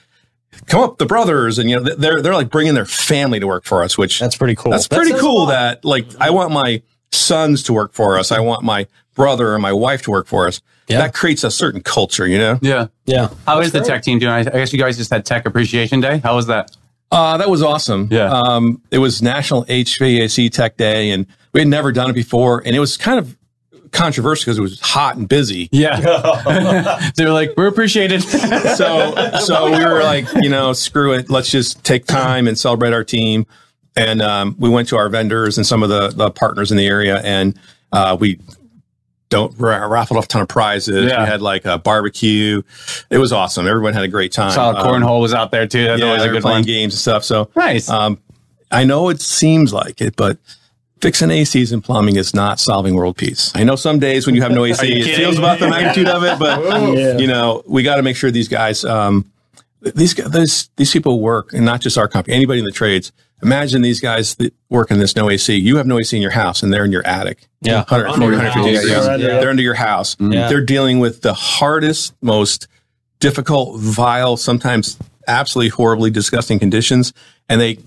[SPEAKER 5] come up the brothers, and you know they're they're like bringing their family to work for us, which
[SPEAKER 1] That's pretty cool.
[SPEAKER 5] that's
[SPEAKER 1] That
[SPEAKER 5] pretty
[SPEAKER 1] sounds
[SPEAKER 5] cool.
[SPEAKER 1] fun.
[SPEAKER 5] That like I want my sons to work for us. I want my brother and my wife to work for us.
[SPEAKER 1] Yeah.
[SPEAKER 5] That creates a certain culture, you know.
[SPEAKER 2] Yeah.
[SPEAKER 1] Yeah.
[SPEAKER 2] How is the tech team doing? I I guess you guys just had Tech Appreciation Day. How was that?
[SPEAKER 5] Uh, that was awesome.
[SPEAKER 2] Yeah.
[SPEAKER 5] Um, it was National HVAC Tech Day, and we had never done it before. And it was kind of controversial because it was hot and busy.
[SPEAKER 2] Yeah. they were like, we're appreciated.
[SPEAKER 5] So, so we were like, you know, screw it. Let's just take time and celebrate our team. And um, we went to our vendors and some of the, the partners in the area, and uh, we don't ra- raffled off a ton of prizes.
[SPEAKER 2] Yeah.
[SPEAKER 5] We had like a barbecue. It was awesome. Everyone had a great time.
[SPEAKER 2] Solid
[SPEAKER 5] Um,
[SPEAKER 2] cornhole was out there too. That's
[SPEAKER 5] yeah,
[SPEAKER 2] always a
[SPEAKER 5] they're
[SPEAKER 2] good
[SPEAKER 5] playing
[SPEAKER 2] one.
[SPEAKER 5] games and stuff. So
[SPEAKER 2] Nice.
[SPEAKER 5] Um, I know it seems like it, but fixing ACs and plumbing is not solving world peace. I know some days when you have no AC,
[SPEAKER 2] you
[SPEAKER 5] it
[SPEAKER 2] kidding?
[SPEAKER 5] feels about the magnitude of it, but um,
[SPEAKER 3] Yeah.
[SPEAKER 5] you know we got to make sure these guys, um, these gu- these these people work, and not just our company, anybody in the trades. Imagine these guys that work in this no AC. You have no AC in your house, and they're in your attic.
[SPEAKER 1] Yeah.
[SPEAKER 5] 140,
[SPEAKER 1] Under your
[SPEAKER 5] 150
[SPEAKER 1] house.
[SPEAKER 5] degrees.
[SPEAKER 3] Yeah.
[SPEAKER 5] They're under your house.
[SPEAKER 1] Yeah.
[SPEAKER 5] They're dealing with the hardest, most difficult, vile, sometimes absolutely horribly disgusting conditions, and they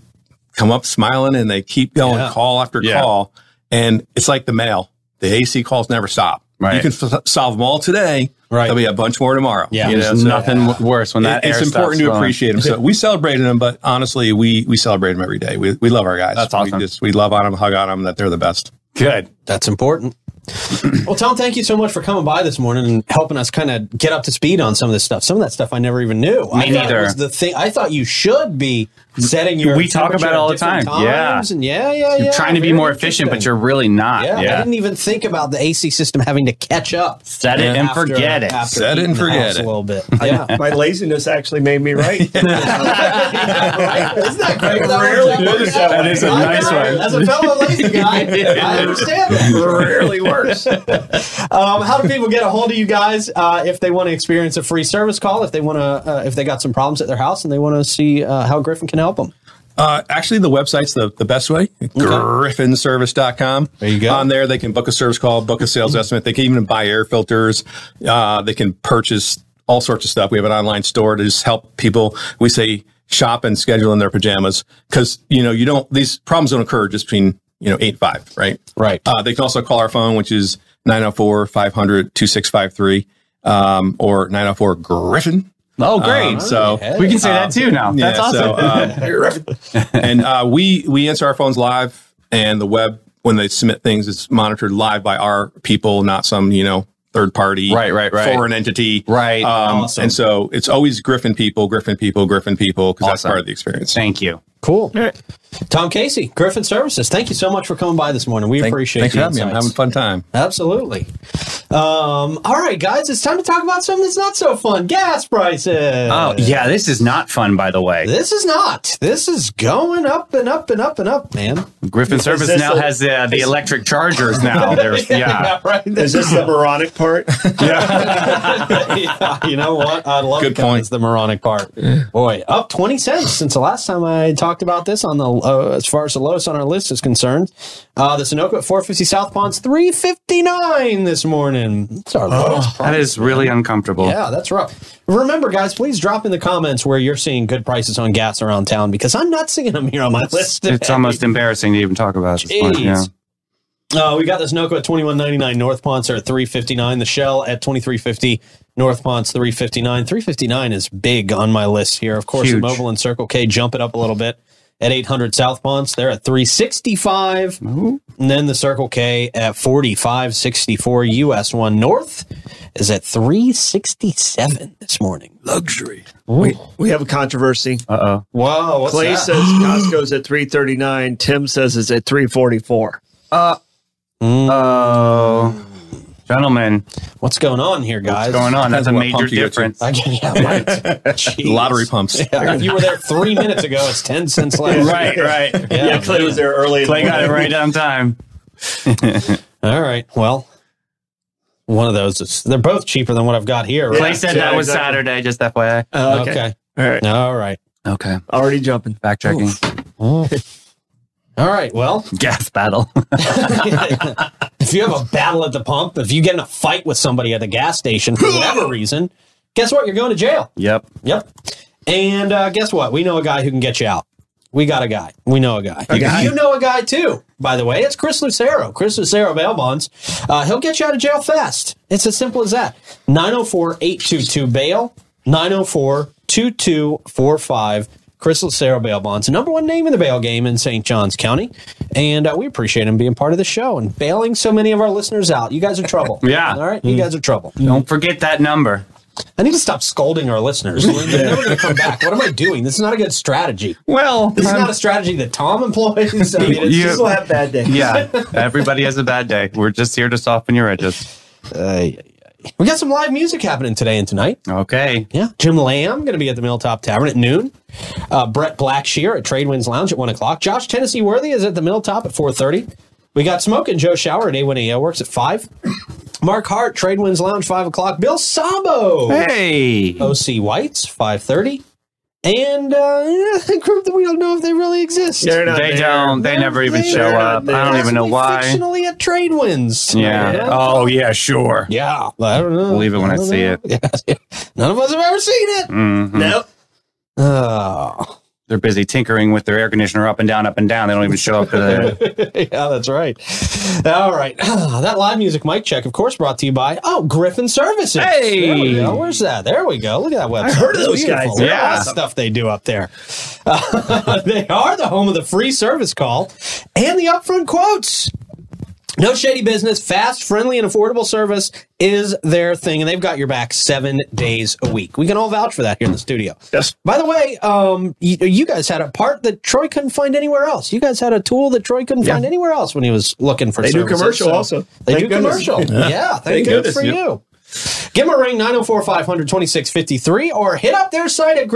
[SPEAKER 5] come up smiling and they keep going
[SPEAKER 1] Yeah.
[SPEAKER 5] call after
[SPEAKER 2] Yeah.
[SPEAKER 5] call, and it's like the mail. The AC calls never stop.
[SPEAKER 2] Right.
[SPEAKER 5] You can f- solve them all today.
[SPEAKER 1] Right.
[SPEAKER 5] There'll be a bunch more tomorrow.
[SPEAKER 1] Yeah.
[SPEAKER 5] You know,
[SPEAKER 2] There's
[SPEAKER 5] so
[SPEAKER 2] nothing w- worse when
[SPEAKER 5] it-
[SPEAKER 2] that air
[SPEAKER 5] it's important
[SPEAKER 2] stops
[SPEAKER 5] to
[SPEAKER 2] going.
[SPEAKER 5] appreciate them. So we celebrated them, but honestly, we we celebrate them every day. We, we love our guys.
[SPEAKER 2] That's awesome.
[SPEAKER 5] We, just, we love on them, hug on them, that they're the best.
[SPEAKER 2] Good.
[SPEAKER 1] That's important. well, Tom, thank you so much for coming by this morning and helping us kind of get up to speed on some of this stuff. Some of that stuff I never even knew. I thought
[SPEAKER 2] Me
[SPEAKER 1] it
[SPEAKER 2] neither.
[SPEAKER 1] was the thing I thought you should be setting your.
[SPEAKER 2] We talk
[SPEAKER 1] temperature
[SPEAKER 2] about it all
[SPEAKER 1] at
[SPEAKER 2] the
[SPEAKER 1] different
[SPEAKER 2] time. Yeah.
[SPEAKER 1] times and yeah, yeah, yeah.
[SPEAKER 2] You're trying to be
[SPEAKER 1] Very
[SPEAKER 2] more efficient, but
[SPEAKER 1] interesting.
[SPEAKER 2] you're really not.
[SPEAKER 1] Yeah,
[SPEAKER 2] Yeah.
[SPEAKER 1] I didn't even think about the AC system having to catch up.
[SPEAKER 2] Set it and forget it.
[SPEAKER 5] Set it
[SPEAKER 1] heating
[SPEAKER 5] and
[SPEAKER 1] the
[SPEAKER 5] forget
[SPEAKER 1] house
[SPEAKER 5] it.
[SPEAKER 1] a little bit. Yeah,
[SPEAKER 3] My laziness actually made me right.
[SPEAKER 1] Isn't that great? That
[SPEAKER 3] Rarely
[SPEAKER 1] works out well.
[SPEAKER 3] noticed that.
[SPEAKER 2] That is a
[SPEAKER 1] I
[SPEAKER 2] nice
[SPEAKER 1] know.
[SPEAKER 2] one.
[SPEAKER 1] As a fellow lazy guy, I understand that.
[SPEAKER 3] Rarely works.
[SPEAKER 1] Um, how do people get a hold of you guys uh, if they want to experience a free service call? If they want to, uh, if they got some problems at their house and they want to see uh, how Griffin can help them?
[SPEAKER 5] Uh, actually, the website's the, the best way, griffinservice.com. There
[SPEAKER 1] you go.
[SPEAKER 5] On there, they can book a service call, book a sales estimate. They can even buy air filters. Uh, they can purchase all sorts of stuff. We have an online store to just help people. We say shop and schedule in their pajamas because, you know, you don't, these problems don't occur just between, you know, eight and five, right?
[SPEAKER 1] Right.
[SPEAKER 5] Uh, they can also call our phone, which is 904 500 2653 um, or 904 Griffin.
[SPEAKER 2] Oh, great.
[SPEAKER 5] Um, so
[SPEAKER 2] we can say that too now. That's
[SPEAKER 5] yeah,
[SPEAKER 2] awesome.
[SPEAKER 5] so, uh, um, and uh, we we answer our phones live, and the web when they submit things is monitored live by our people, not some you know third party,
[SPEAKER 2] Right, right, right.
[SPEAKER 5] foreign entity,
[SPEAKER 2] Right.
[SPEAKER 5] Um,
[SPEAKER 1] Awesome.
[SPEAKER 5] And so it's always Griffin people, Griffin people, Griffin people, because that's
[SPEAKER 2] Awesome.
[SPEAKER 5] part of the experience.
[SPEAKER 2] Thank you.
[SPEAKER 1] Cool. Tom Casey, Griffin Services. Thank you so much for coming by this morning. We appreciate
[SPEAKER 5] Thanks for
[SPEAKER 1] the
[SPEAKER 5] having me. I'm
[SPEAKER 1] insights.
[SPEAKER 5] having a fun time.
[SPEAKER 1] Absolutely. Um, all right, guys, it's time to talk about something that's not so fun: gas prices.
[SPEAKER 5] Ah,
[SPEAKER 2] Oh yeah, this is not fun, by the way.
[SPEAKER 1] This is not. This is going up and up and up and up, man.
[SPEAKER 2] Griffin Service
[SPEAKER 3] this
[SPEAKER 2] now
[SPEAKER 3] a-
[SPEAKER 2] has uh, the electric chargers now. There's yeah.
[SPEAKER 1] right.
[SPEAKER 3] Is this the moronic part?
[SPEAKER 1] yeah, you know what? I love
[SPEAKER 5] Good
[SPEAKER 1] it 'cause
[SPEAKER 5] point.
[SPEAKER 1] It's the moronic part. Boy, up 20 cents since the last time I talked about this on the uh, as far as the lowest on our list is concerned. Uh, the Sunoco at 450 South Ponds 359 this morning. It's
[SPEAKER 5] Oh.
[SPEAKER 1] our lowest price.
[SPEAKER 2] That is really uncomfortable.
[SPEAKER 1] Yeah, that's rough. Remember, guys, please drop in the comments where you're seeing good prices on gas around town because I'm not seeing them here on my list.
[SPEAKER 2] It's almost embarrassing to even talk about at this point.
[SPEAKER 1] Jeez.
[SPEAKER 2] Yeah.
[SPEAKER 1] Uh, we got the Sunoco at twenty one ninety nine. North Ponce are at three fifty nine. The Shell at twenty three fifty. North Ponce three fifty nine. Three fifty nine is big on my list here. Of course, the
[SPEAKER 2] Huge.
[SPEAKER 1] Mobile and Circle K jump it up a little bit at eight hundred South Ponce. They're at three sixty five, and then the Circle K at forty five sixty four. US one North is at three sixty seven this morning.
[SPEAKER 5] Luxury.
[SPEAKER 3] we, we have a controversy.
[SPEAKER 2] Uh oh.
[SPEAKER 1] Wow, what's
[SPEAKER 3] Clay says Costco's at 339. Tim says it's at 344.
[SPEAKER 2] Oh. Gentlemen,
[SPEAKER 1] What's going on here, guys?
[SPEAKER 2] what's going on? That's
[SPEAKER 5] Depends
[SPEAKER 2] a
[SPEAKER 5] on what
[SPEAKER 2] major
[SPEAKER 5] pump you go to.
[SPEAKER 2] difference.
[SPEAKER 1] I get yeah, right. Jeez.
[SPEAKER 5] Lottery pumps.
[SPEAKER 1] Yeah, if you were there three minutes ago, it's ten cents less.
[SPEAKER 2] Right, right.
[SPEAKER 1] Yeah.
[SPEAKER 3] Clay was there early.
[SPEAKER 2] Clay got it right on time.
[SPEAKER 1] All right. Well, one of those. Is, they're both cheaper than what I've got here.
[SPEAKER 2] Clay
[SPEAKER 1] Right?
[SPEAKER 2] said
[SPEAKER 3] yeah,
[SPEAKER 2] that was
[SPEAKER 3] exactly.
[SPEAKER 2] Saturday, just FYI.
[SPEAKER 3] Uh, okay.
[SPEAKER 1] okay.
[SPEAKER 3] All right.
[SPEAKER 1] All right.
[SPEAKER 2] Okay.
[SPEAKER 3] Already jumping.
[SPEAKER 2] Backtracking. checking.
[SPEAKER 1] All right. Well,
[SPEAKER 2] Gas battle.
[SPEAKER 1] if you have a battle at the pump, if you get in a fight with somebody at the gas station for whatever reason, guess what? You're going to jail.
[SPEAKER 2] yep.
[SPEAKER 1] Yep. And uh, guess what? We know a guy who can get you out. We got a guy. We know a guy. you,
[SPEAKER 3] guy?
[SPEAKER 1] you know a guy too, by the way. It's Chris Lucero. Chris Lucero Bail Bonds. Uh, he'll get you out of jail fast. It's as simple as that. 904 822 bail, 904 2245. Chris Lucero Bail Bonds, number one name in the bail game in St. John's County. And uh, we appreciate him being part of the show and bailing so many of our listeners out. You guys are trouble.
[SPEAKER 2] Yeah.
[SPEAKER 1] All right. You guys are trouble.
[SPEAKER 2] Don't forget that number.
[SPEAKER 1] I need to stop scolding our listeners. We're never going to come back. What am I doing? This is not a good strategy.
[SPEAKER 2] Well,
[SPEAKER 1] This is not a strategy that Tom employs. I mean, it's
[SPEAKER 2] You-
[SPEAKER 1] just
[SPEAKER 3] People have bad days.
[SPEAKER 2] yeah. Everybody has a bad day. We're just here to soften your edges.
[SPEAKER 1] we got some live music happening today and tonight.
[SPEAKER 2] Okay.
[SPEAKER 1] Yeah, Jim Lamb going to be at the Milltop Tavern at noon. Uh, Brett Blackshear at Tradewinds Lounge at one o'clock. Josh Tennessee Worthy is at the Milltop at four thirty. We got Smoke and Joe Shower at A1AO Works at five. Mark Hart Tradewinds Lounge five o'clock. Bill Sabo.
[SPEAKER 2] Hey.
[SPEAKER 1] OC Whites, 530. And uh, a group that we don't know if they really exist.
[SPEAKER 3] They're not
[SPEAKER 2] They
[SPEAKER 3] there.
[SPEAKER 2] don't. They never even
[SPEAKER 1] They're
[SPEAKER 2] show
[SPEAKER 3] not
[SPEAKER 2] up.
[SPEAKER 3] there.
[SPEAKER 2] I don't even know
[SPEAKER 1] Possibly
[SPEAKER 2] why.
[SPEAKER 1] Fictionally at trade wins.
[SPEAKER 2] Yeah. Oh, yeah, sure.
[SPEAKER 1] Yeah. I don't know.
[SPEAKER 2] Believe it when I
[SPEAKER 1] don't
[SPEAKER 2] see
[SPEAKER 1] know. Yeah. None of us have ever seen it.
[SPEAKER 2] Mhm.
[SPEAKER 3] Nope.
[SPEAKER 1] Oh.
[SPEAKER 2] They're busy tinkering with their air conditioner up and down, up and down. They don't even show up to the.
[SPEAKER 1] yeah, that's right. All right. that live music mic check, of course, brought to you by, oh, Griffin Services.
[SPEAKER 2] Hey!
[SPEAKER 1] There we go. Where's that? There we go. Look at that website. I
[SPEAKER 3] heard of those guys.
[SPEAKER 2] They're
[SPEAKER 1] Yeah.
[SPEAKER 2] awesome.
[SPEAKER 1] Stuff they do up there. they are the home of the free service call and the upfront quotes. No shady business, fast, friendly, and affordable service is their thing, and they've got your back seven days a week. We can all vouch for that here in the studio.
[SPEAKER 3] Yes.
[SPEAKER 1] By the way, um, you, you guys had a part that Troy couldn't find anywhere else. You guys had a tool that Troy couldn't find anywhere else when he was looking for.
[SPEAKER 3] They do
[SPEAKER 1] services,
[SPEAKER 3] commercial also.
[SPEAKER 1] They
[SPEAKER 3] Thank
[SPEAKER 1] do
[SPEAKER 3] goodness.
[SPEAKER 1] commercial. Yeah, thank,
[SPEAKER 5] Thank
[SPEAKER 1] goodness,
[SPEAKER 5] goodness,
[SPEAKER 1] for
[SPEAKER 5] yep.
[SPEAKER 1] you. Give them a ring 904 500 2653 or hit up their site at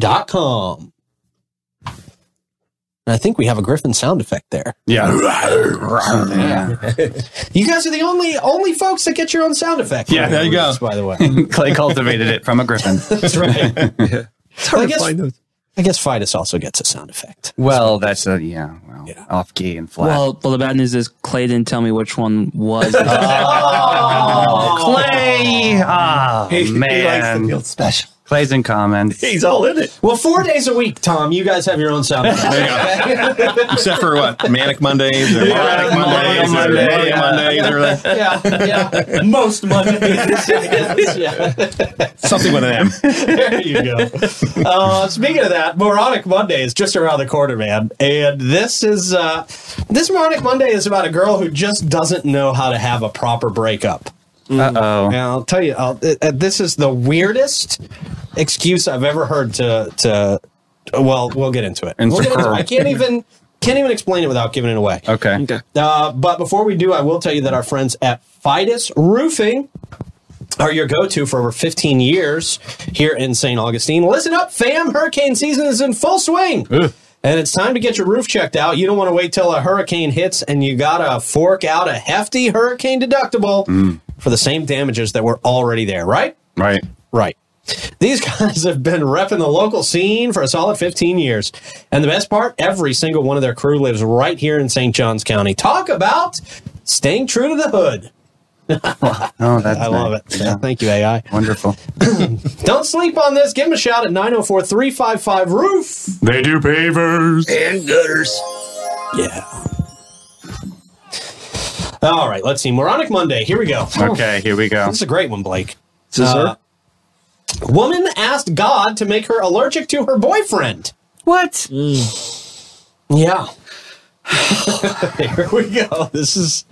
[SPEAKER 1] griffinservice.com. And I think we have a Griffin sound effect there.
[SPEAKER 2] Yeah.
[SPEAKER 1] You guys are the only only folks that get your own sound effect.
[SPEAKER 5] Yeah, there you go.
[SPEAKER 1] Yes, By the way,
[SPEAKER 2] yeah. Clay cultivated it from a griffin.
[SPEAKER 1] that's right.
[SPEAKER 3] It's hard
[SPEAKER 1] I
[SPEAKER 3] to
[SPEAKER 1] guess-
[SPEAKER 3] find those.
[SPEAKER 1] I guess Fidus also gets a sound effect.
[SPEAKER 2] Well, that's a, yeah, well, off key and flat.
[SPEAKER 4] Well, well, the bad news is Clay didn't tell me which one was.
[SPEAKER 2] Clay! Ah,
[SPEAKER 3] He- he likes to
[SPEAKER 2] man.
[SPEAKER 3] feel special.
[SPEAKER 2] Clay's in comments.
[SPEAKER 3] He's all in it.
[SPEAKER 1] Well, four days a week, Tom. You guys have your own sound effect.
[SPEAKER 5] There you go. Except for what? Manic Mondays or Moronic
[SPEAKER 2] Mono
[SPEAKER 5] Mondays or
[SPEAKER 2] Monday,
[SPEAKER 5] Monday
[SPEAKER 2] yeah.
[SPEAKER 5] Mondays or like-
[SPEAKER 1] yeah, yeah. Most Mondays. yeah.
[SPEAKER 5] something with an M.
[SPEAKER 1] there you go. Uh, speaking of that, Moronic Monday is just around the corner, man. And this is uh, this Moronic Monday is about a girl who just doesn't know how to have a proper breakup.
[SPEAKER 2] Uh oh.
[SPEAKER 1] And I'll tell you, I'll, uh, this is the weirdest excuse I've ever heard to to. Well, we'll get into it.
[SPEAKER 2] And
[SPEAKER 1] We'll get into it.
[SPEAKER 2] for-
[SPEAKER 1] I can't even. Can't even explain it without giving it away.
[SPEAKER 2] Okay.
[SPEAKER 3] Okay.
[SPEAKER 1] Uh, but before we do, I will tell you that our friends at Fidus Roofing are your go-to for over 15 years here in St. Augustine. Listen up, fam! Hurricane season is in full swing. And it's time to get your roof checked out. You don't want to wait till a hurricane hits and you got to fork out a hefty hurricane deductible for the same damages that were already there, right?
[SPEAKER 2] Right.
[SPEAKER 1] Right. These guys have been repping the local scene for a solid 15 years. And the best part, every single one of their crew lives right here in St. Johns County. Talk about staying true to the hood.
[SPEAKER 2] Oh, that's
[SPEAKER 1] I love it. Thank you, AI.
[SPEAKER 2] Wonderful.
[SPEAKER 1] Don't sleep on this. Give them a shout at 904 355 Roof.
[SPEAKER 2] They do pavers.
[SPEAKER 1] Yeah. All right, let's see. Moronic Monday. Here we go.
[SPEAKER 2] Okay, here we go.
[SPEAKER 1] This is a great one, Blake.
[SPEAKER 3] Is this
[SPEAKER 1] Uh, Woman asked God to make her allergic to her boyfriend.
[SPEAKER 2] What?
[SPEAKER 1] Yeah. Here we go. This is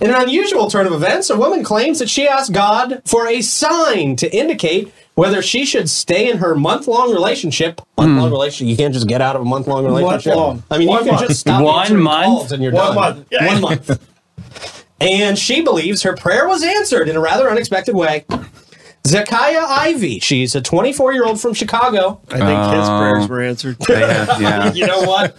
[SPEAKER 1] in an unusual turn of events. A woman claims that she asked God for a sign to indicate whether she should stay in her month-long relationship. Month-long
[SPEAKER 2] Hmm.
[SPEAKER 1] relationship. You can't just get out of a month-long relationship.
[SPEAKER 3] long.
[SPEAKER 1] I mean,
[SPEAKER 3] One
[SPEAKER 1] you can
[SPEAKER 3] month.
[SPEAKER 1] just stop
[SPEAKER 2] One
[SPEAKER 1] answering
[SPEAKER 2] month?
[SPEAKER 1] calls and you're
[SPEAKER 3] One
[SPEAKER 1] done.
[SPEAKER 3] month. Yeah.
[SPEAKER 1] One month. And she believes her prayer was answered in a rather unexpected way. Zakiya Ivy. She's a 24-year-old from Chicago.
[SPEAKER 3] I think his
[SPEAKER 2] Um,
[SPEAKER 3] prayers were answered.
[SPEAKER 2] They have, yeah.
[SPEAKER 1] You know what?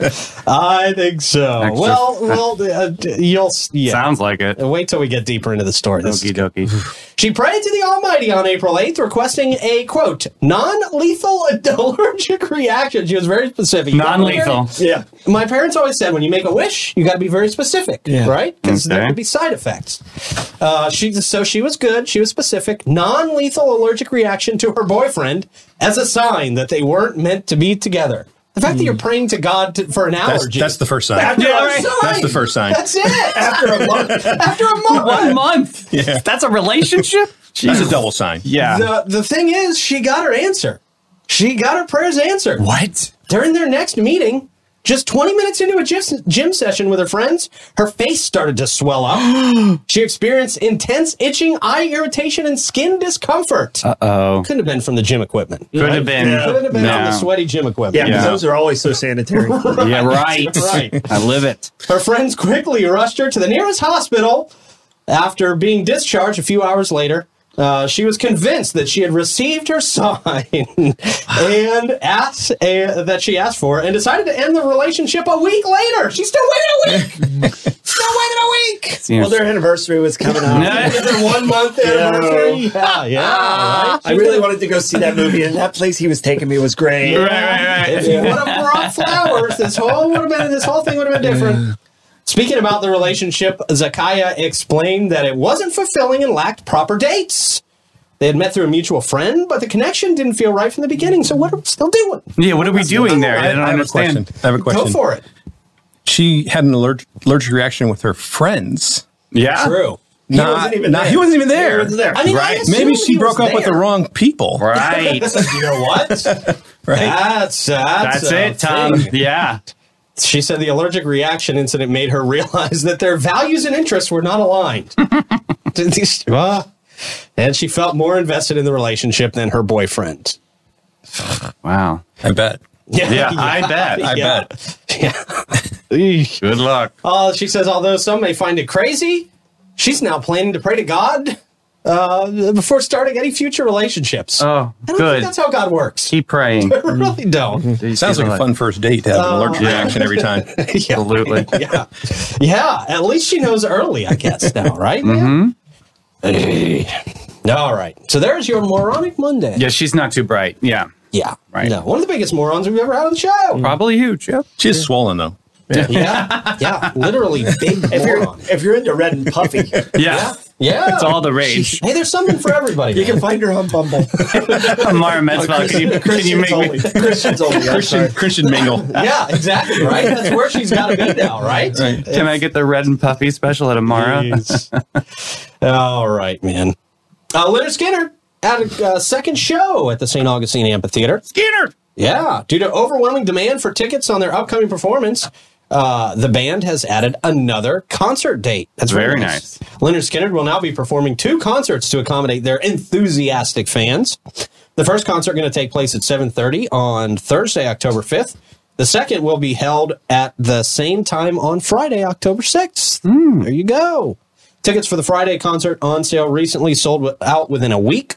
[SPEAKER 1] I think so.
[SPEAKER 2] Extra-
[SPEAKER 1] Well, well, uh, d- you'll s- yeah.
[SPEAKER 2] Sounds like it.
[SPEAKER 1] Wait till we get deeper into the story. This-
[SPEAKER 2] Okie dokie.
[SPEAKER 1] she prayed to the Almighty on April 8th, requesting a quote non-lethal allergic reaction. She was very specific. You gotta be very-
[SPEAKER 2] Non-lethal.
[SPEAKER 3] Yeah.
[SPEAKER 1] my parents always said when you make a wish, you got to be very specific, right? Because there
[SPEAKER 2] Okay.
[SPEAKER 1] could be side effects. Uh, she so she was good. She was specific. Non-lethal allergic reaction to her boyfriend as a sign that they weren't meant to be together. The fact that you're praying to God to, for an
[SPEAKER 5] That's,
[SPEAKER 1] allergy.
[SPEAKER 5] that's the first sign.
[SPEAKER 1] After
[SPEAKER 2] Yeah,
[SPEAKER 1] a
[SPEAKER 2] right.
[SPEAKER 1] sign.
[SPEAKER 5] That's the first sign.
[SPEAKER 1] That's it. After a month. After a month.
[SPEAKER 2] One month. That's a relationship?
[SPEAKER 5] That's a double sign.
[SPEAKER 2] Yeah.
[SPEAKER 1] The the thing is, she got her answer. She got her prayers answered.
[SPEAKER 2] what?
[SPEAKER 1] During their next meeting, just 20 minutes into a gym, gym session with her friends, her face started to swell up. she experienced intense itching, eye irritation, and skin discomfort. Uh oh. Couldn't have been from the gym equipment.
[SPEAKER 2] Could have been.
[SPEAKER 3] Yeah.
[SPEAKER 1] Couldn't have been from
[SPEAKER 2] No.
[SPEAKER 1] the sweaty gym
[SPEAKER 3] Yeah,
[SPEAKER 1] equipment.
[SPEAKER 3] 'cause
[SPEAKER 2] Yeah.
[SPEAKER 3] those are always so sanitary.
[SPEAKER 2] Yeah, right.
[SPEAKER 1] Right.
[SPEAKER 2] I live it.
[SPEAKER 1] Her friends quickly rushed her to the nearest hospital. After being discharged a few hours later, uh, she was convinced that she had received her sign and asked uh, that she asked for, and decided to end the relationship a week later. She still waited a week. still waited a week.
[SPEAKER 3] well, their anniversary was coming up.
[SPEAKER 2] No.
[SPEAKER 1] Their one month anniversary. Yeah, yeah. right?
[SPEAKER 3] I really wanted to go see that movie, and that place he was taking me was great.
[SPEAKER 2] Right, right, right.
[SPEAKER 1] If you would have brought flowers, this whole would have been this whole thing would have been different. Speaking about the relationship, Zakaya explained that it wasn't fulfilling and lacked proper dates. They had met through a mutual friend, but the connection didn't feel right from the beginning. So what are we still doing?
[SPEAKER 2] Yeah, what are we doing there? I don't
[SPEAKER 5] have a question.
[SPEAKER 2] understand.
[SPEAKER 5] I have a question.
[SPEAKER 1] Go for it.
[SPEAKER 5] She had an allergic, allergic reaction with her friends.
[SPEAKER 2] Yeah.
[SPEAKER 1] True.
[SPEAKER 5] He
[SPEAKER 3] Ah. wasn't even there.
[SPEAKER 5] He wasn't even there.
[SPEAKER 3] It was there.
[SPEAKER 1] I mean, I
[SPEAKER 5] Right?
[SPEAKER 1] assume
[SPEAKER 5] Maybe
[SPEAKER 1] he
[SPEAKER 5] she broke
[SPEAKER 1] was
[SPEAKER 5] up with the
[SPEAKER 1] there.
[SPEAKER 5] wrong people.
[SPEAKER 2] Right.
[SPEAKER 1] You know what? That's
[SPEAKER 5] Right.
[SPEAKER 1] that's,
[SPEAKER 2] That's
[SPEAKER 1] a
[SPEAKER 2] it, Tom.
[SPEAKER 1] thing.
[SPEAKER 2] Yeah.
[SPEAKER 1] She said the allergic reaction incident made her realize that their values and interests were not aligned. Ah. and she felt more invested in the relationship than her boyfriend.
[SPEAKER 2] Wow.
[SPEAKER 5] I bet.
[SPEAKER 2] Yeah, I bet.
[SPEAKER 5] I
[SPEAKER 1] Yeah.
[SPEAKER 5] bet.
[SPEAKER 2] Good luck.
[SPEAKER 1] Uh, she says, although some may find it crazy, she's now planning to pray to God uh, before starting any future relationships.
[SPEAKER 2] Oh,
[SPEAKER 1] I don't think
[SPEAKER 2] good. Mm-hmm.
[SPEAKER 1] that's how God works.
[SPEAKER 2] Keep praying.
[SPEAKER 1] I really don't.
[SPEAKER 5] Sounds like a fun first date to have an allergic reaction every time.
[SPEAKER 1] yeah.
[SPEAKER 2] Absolutely.
[SPEAKER 1] yeah. Yeah. At least she knows early, I guess, now, right?
[SPEAKER 2] Mm-hmm.
[SPEAKER 1] man? All right. So there's your moronic Monday.
[SPEAKER 2] Yeah, she's not too bright. Yeah.
[SPEAKER 1] Yeah.
[SPEAKER 2] Right.
[SPEAKER 1] No, one of the biggest morons we've ever had on the show.
[SPEAKER 2] Probably huge. Yep.
[SPEAKER 5] She's swollen though.
[SPEAKER 1] Yeah. Yeah. Literally big
[SPEAKER 3] If you're
[SPEAKER 1] moron.
[SPEAKER 3] if you're into Red and Puffy,
[SPEAKER 2] Yeah.
[SPEAKER 1] Yeah.
[SPEAKER 2] It's all the rage.
[SPEAKER 1] Hey, there's something for everybody.
[SPEAKER 3] you
[SPEAKER 1] man.
[SPEAKER 3] can find her on Bumble.
[SPEAKER 2] Amara Metzval, can you, can you
[SPEAKER 3] Christians
[SPEAKER 2] make
[SPEAKER 3] only.
[SPEAKER 2] me?
[SPEAKER 3] Christians only. I'm sorry.
[SPEAKER 5] Christian, Christian Mingle.
[SPEAKER 1] yeah, exactly. Right. That's where she's got to be now. Right.
[SPEAKER 5] Right.
[SPEAKER 2] Can I get the red and puffy special at Amara?
[SPEAKER 1] Jeez. all right, man. Uh, Leonard Skinner had a uh, second show at the St. Augustine Amphitheater.
[SPEAKER 2] Skinner.
[SPEAKER 1] Yeah, due to overwhelming demand for tickets on their upcoming performance, uh, the band has added another concert date. That's
[SPEAKER 2] Very
[SPEAKER 1] really Leonard Skinner will now be performing two concerts to accommodate their enthusiastic fans. The first concert going to take place at 7:30 on Thursday, October 5th, The second will be held at the same time on Friday, October 6th. There you go. Tickets for the Friday concert on sale recently sold wi- out within a week.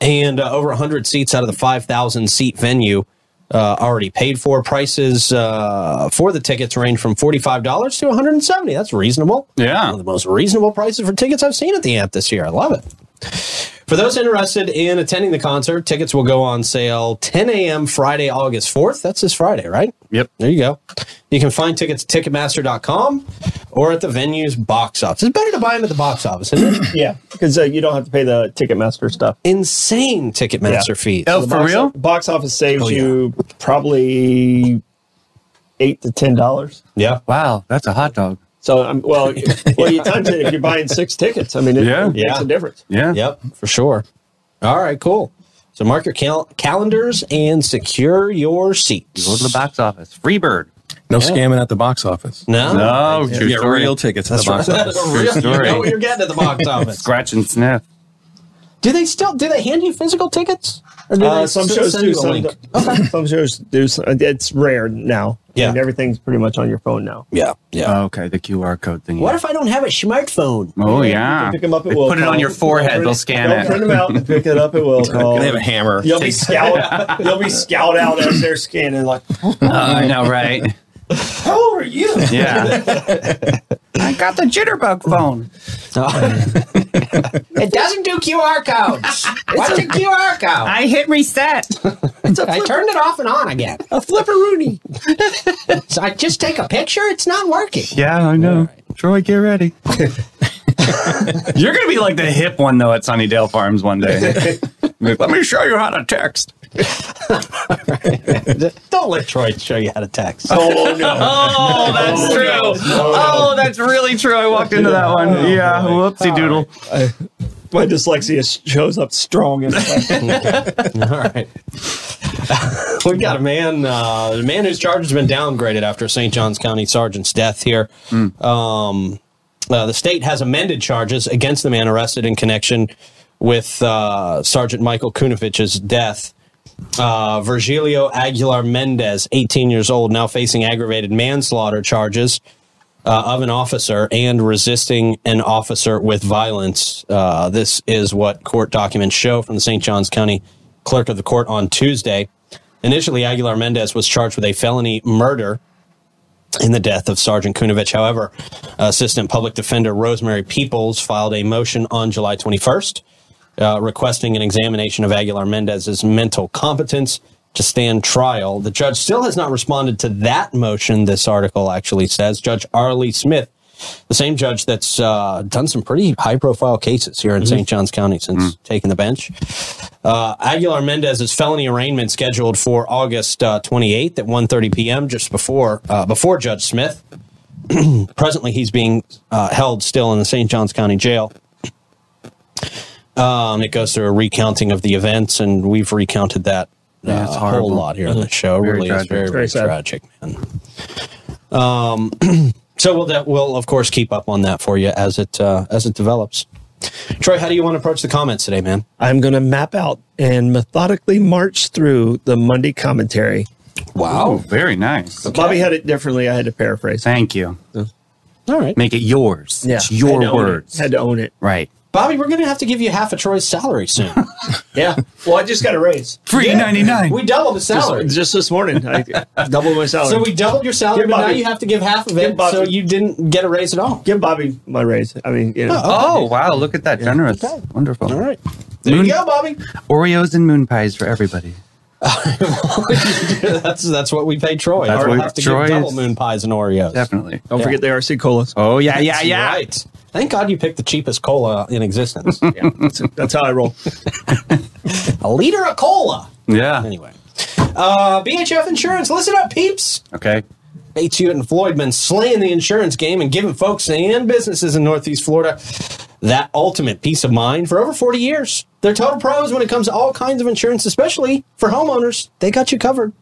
[SPEAKER 1] And uh, over 100 seats out of the 5,000 seat venue uh, already paid for. Prices uh, for the tickets range from $45 to $170. That's reasonable.
[SPEAKER 2] Yeah.
[SPEAKER 1] One of the most reasonable prices for tickets I've seen at the amp this year. I love it. For those interested in attending the concert, tickets will go on sale 10 a.m. Friday, August 4th. That's this Friday, right?
[SPEAKER 2] Yep.
[SPEAKER 1] There you go. You can find tickets at Ticketmaster.com or at the venue's box office. It's better to buy them at the box office, isn't it?
[SPEAKER 3] Yeah, because uh, you don't have to pay the Ticketmaster stuff.
[SPEAKER 1] Insane Ticketmaster
[SPEAKER 3] Yeah.
[SPEAKER 1] fees.
[SPEAKER 2] Oh,
[SPEAKER 3] The
[SPEAKER 2] for
[SPEAKER 3] box-
[SPEAKER 2] real? Oh,
[SPEAKER 3] box office saves
[SPEAKER 1] yeah.
[SPEAKER 3] you probably eight to ten dollars.
[SPEAKER 1] Yeah.
[SPEAKER 2] Wow, that's a hot dog.
[SPEAKER 3] So, um, well, well, you times it if you're buying six tickets. I mean, it,
[SPEAKER 2] Yeah.
[SPEAKER 3] it makes
[SPEAKER 1] Yeah.
[SPEAKER 3] a difference.
[SPEAKER 2] Yeah.
[SPEAKER 1] Yep, for sure. All right, cool. So mark your cal- calendars and secure your seats.
[SPEAKER 2] Go to the box office. Freebird.
[SPEAKER 5] No scamming at the box office.
[SPEAKER 1] No.
[SPEAKER 2] No,
[SPEAKER 5] You get real tickets at the box office.
[SPEAKER 1] Really? You
[SPEAKER 2] story.
[SPEAKER 1] know what you're getting at the box office.
[SPEAKER 2] Scratch and sniff.
[SPEAKER 1] Do they still do they hand you physical tickets? Or do
[SPEAKER 3] Uh,
[SPEAKER 1] they
[SPEAKER 3] some
[SPEAKER 1] s-
[SPEAKER 3] shows
[SPEAKER 1] send
[SPEAKER 3] do.
[SPEAKER 1] you a
[SPEAKER 3] Some,
[SPEAKER 1] link?
[SPEAKER 3] okay. some shows do. some- It's rare now.
[SPEAKER 1] Yeah.
[SPEAKER 3] and everything's pretty much on your phone now.
[SPEAKER 1] Yeah, yeah.
[SPEAKER 3] Um,
[SPEAKER 2] Oh, okay, the QR code thing.
[SPEAKER 1] what if I don't have a smartphone?
[SPEAKER 2] Oh
[SPEAKER 3] You
[SPEAKER 2] yeah.
[SPEAKER 3] can pick them up at
[SPEAKER 2] They
[SPEAKER 3] will
[SPEAKER 2] put it on
[SPEAKER 3] call.
[SPEAKER 2] your forehead,
[SPEAKER 3] Print-
[SPEAKER 2] they'll scan
[SPEAKER 3] they'll
[SPEAKER 2] it.
[SPEAKER 3] Print them out and pick it up at will call.
[SPEAKER 5] They have a hammer.
[SPEAKER 3] You'll be scout. You'll be scout out as they're scanning. Like,
[SPEAKER 2] Oh, I know, right?
[SPEAKER 3] how old are you?
[SPEAKER 2] Yeah. I got the jitterbug phone. Oh.
[SPEAKER 1] It doesn't do QR codes. What's a QR code? I,
[SPEAKER 2] hit reset.
[SPEAKER 1] turned it off and on again. A flipperoonie. so I just take a picture. It's not working.
[SPEAKER 2] Yeah, I know. Troy, get ready. You're gonna be like the hip one though at Sunnydale Farms one day. Like, Let me show you how to text.
[SPEAKER 1] Don't let Troy show you how to text.
[SPEAKER 3] Oh no!
[SPEAKER 2] Oh, that's true. Oh, that's really true. I walked into that one. yeah, whoopsie doodle.
[SPEAKER 3] My dyslexia shows up strong. And
[SPEAKER 1] All right. We've got a man, uh, a man whose charge has been downgraded after St. John's County Sergeant's death here. Um, uh, the state has amended charges against the man arrested in connection with uh, Sergeant Michael Kunovich's death. Uh, Virgilio Aguilar Mendez, 18 years old, now facing aggravated manslaughter charges uh, of an officer and resisting an officer with violence. Uh, this is what court documents show from the St. Johns County Clerk of the Court on Tuesday. Initially, Aguilar Mendez was charged with a felony murder in the death of Sergeant Kunovich. However, Assistant Public Defender Rosemary Peoples filed a motion on July 21st uh, requesting an examination of Aguilar Mendez's mental competence to stand trial. The judge still has not responded to that motion, this article actually says. Judge Arlie Smith, the same judge that's uh, done some pretty high profile cases here in
[SPEAKER 2] Mm-hmm.
[SPEAKER 1] St. John's County since taking the bench. Uh, Aguilar Mendez's felony arraignment scheduled for August uh, 28th at 1.30 p.m., just before, uh, before Judge Smith. Presently, he's being uh, held still in the St. John's County Jail. Um, it goes through a recounting of the events, and we've recounted that
[SPEAKER 2] Yeah,
[SPEAKER 1] uh,
[SPEAKER 2] it's
[SPEAKER 1] a
[SPEAKER 2] horrible. Mm-hmm.
[SPEAKER 1] whole lot here on the show.
[SPEAKER 2] Very
[SPEAKER 1] really, it's
[SPEAKER 2] tragic.
[SPEAKER 1] very, very
[SPEAKER 3] sad.
[SPEAKER 1] tragic, man. Um, so we'll that we'll of course keep up on that for you as it uh, as it develops. Troy, how do you want to approach the comments today, man?
[SPEAKER 3] I'm going to map out and methodically march through the Monday commentary.
[SPEAKER 2] Wow, Oh, very nice.
[SPEAKER 3] Bobby had it differently. I had to paraphrase.
[SPEAKER 2] Thank you.
[SPEAKER 1] All right,
[SPEAKER 2] Make it yours. It's
[SPEAKER 3] Had
[SPEAKER 2] your
[SPEAKER 3] to own it.
[SPEAKER 2] words.
[SPEAKER 3] Had to own it.
[SPEAKER 2] Right.
[SPEAKER 1] Bobby, we're going to have to give you half of Troy's salary soon.
[SPEAKER 3] Yeah. Well, I just got a raise.
[SPEAKER 2] Free ninety nine.
[SPEAKER 1] we doubled the salary,
[SPEAKER 3] Just, just this morning, I doubled my salary.
[SPEAKER 1] so we doubled your salary,
[SPEAKER 3] Give
[SPEAKER 1] but now
[SPEAKER 3] Bobby-
[SPEAKER 1] you have to give half of it.
[SPEAKER 3] Give Bobby-
[SPEAKER 1] So you didn't get a raise at all.
[SPEAKER 3] give Bobby my raise. I mean, you know,
[SPEAKER 2] Oh wow! Look at that, generous, wonderful.
[SPEAKER 1] All right, there
[SPEAKER 2] Moon-
[SPEAKER 1] you go, Bobby.
[SPEAKER 2] Oreos and moon pies for everybody.
[SPEAKER 1] that's that's what we pay Troy.
[SPEAKER 2] That's
[SPEAKER 1] Or
[SPEAKER 2] what we-
[SPEAKER 1] have to
[SPEAKER 2] Troy
[SPEAKER 1] give double
[SPEAKER 2] is-
[SPEAKER 1] moon pies and Oreos.
[SPEAKER 2] Definitely.
[SPEAKER 3] don't
[SPEAKER 1] yeah.
[SPEAKER 3] forget the RC colas.
[SPEAKER 2] Oh yeah, yeah,
[SPEAKER 1] That's
[SPEAKER 2] yeah.
[SPEAKER 1] Right. Thank God you picked the cheapest cola in existence.
[SPEAKER 3] That's, that's how I roll.
[SPEAKER 1] A liter of cola.
[SPEAKER 2] Yeah.
[SPEAKER 1] Anyway. Uh, BHF Insurance, listen up, peeps.
[SPEAKER 2] Okay.
[SPEAKER 1] Bates, Hewitt, and Floyd been slaying the insurance game and giving folks and businesses in Northeast Florida that ultimate peace of mind for over 40 years. They're total pros when it comes to all kinds of insurance, especially for homeowners. They got you covered.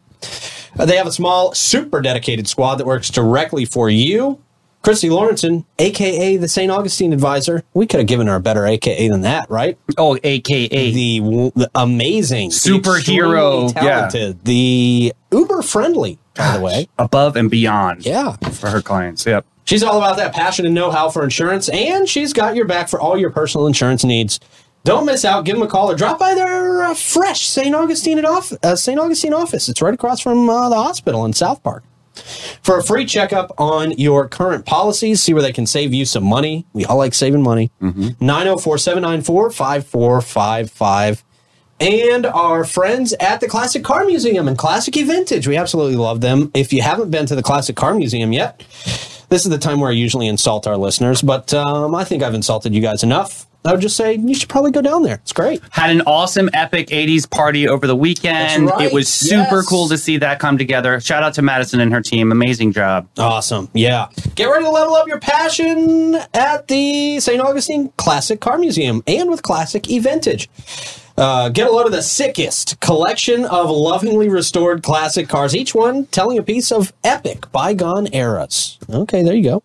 [SPEAKER 1] Uh, They have a small, super dedicated squad that works directly for you. Christy Lawrenson, aka the St. Augustine Advisor. We could have given her a better aka than that, right?
[SPEAKER 2] Oh, AKA.
[SPEAKER 1] The, w- the amazing, the
[SPEAKER 2] Superhero,
[SPEAKER 1] extremely
[SPEAKER 2] yeah.
[SPEAKER 1] talented, the uber friendly, by the way.
[SPEAKER 2] above and beyond
[SPEAKER 1] Yeah.
[SPEAKER 2] for her clients. Yep.
[SPEAKER 1] She's all about that passion and know how for insurance, and she's got your back for all your personal insurance needs. Don't miss out. Give them a call or drop by their uh, fresh St. Augustine at off, uh, St. Augustine office. It's right across from uh, the hospital in South Park. For a free checkup on your current policies, see where they can save you some money. We all like saving money. 904 794 5455. And our friends at the Classic Car Museum and Classic E Vintage. We absolutely love them. If you haven't been to the Classic Car Museum yet, this is the time where I usually insult our listeners, but um, I think I've insulted you guys enough. I would just say you should probably go down there. It's great.
[SPEAKER 2] Had an awesome, epic 80s party over the weekend.
[SPEAKER 1] That's right.
[SPEAKER 2] It was super
[SPEAKER 1] Yes.
[SPEAKER 2] cool to see that come together. Shout out to Madison and her team. Amazing job.
[SPEAKER 1] Awesome. Yeah. Get ready to level up your passion at the St. Augustine Classic Car Museum and with Classic E Vintage. Uh, get a load of the sickest collection of lovingly restored classic cars, each one telling a piece of epic bygone eras. Okay, there you go.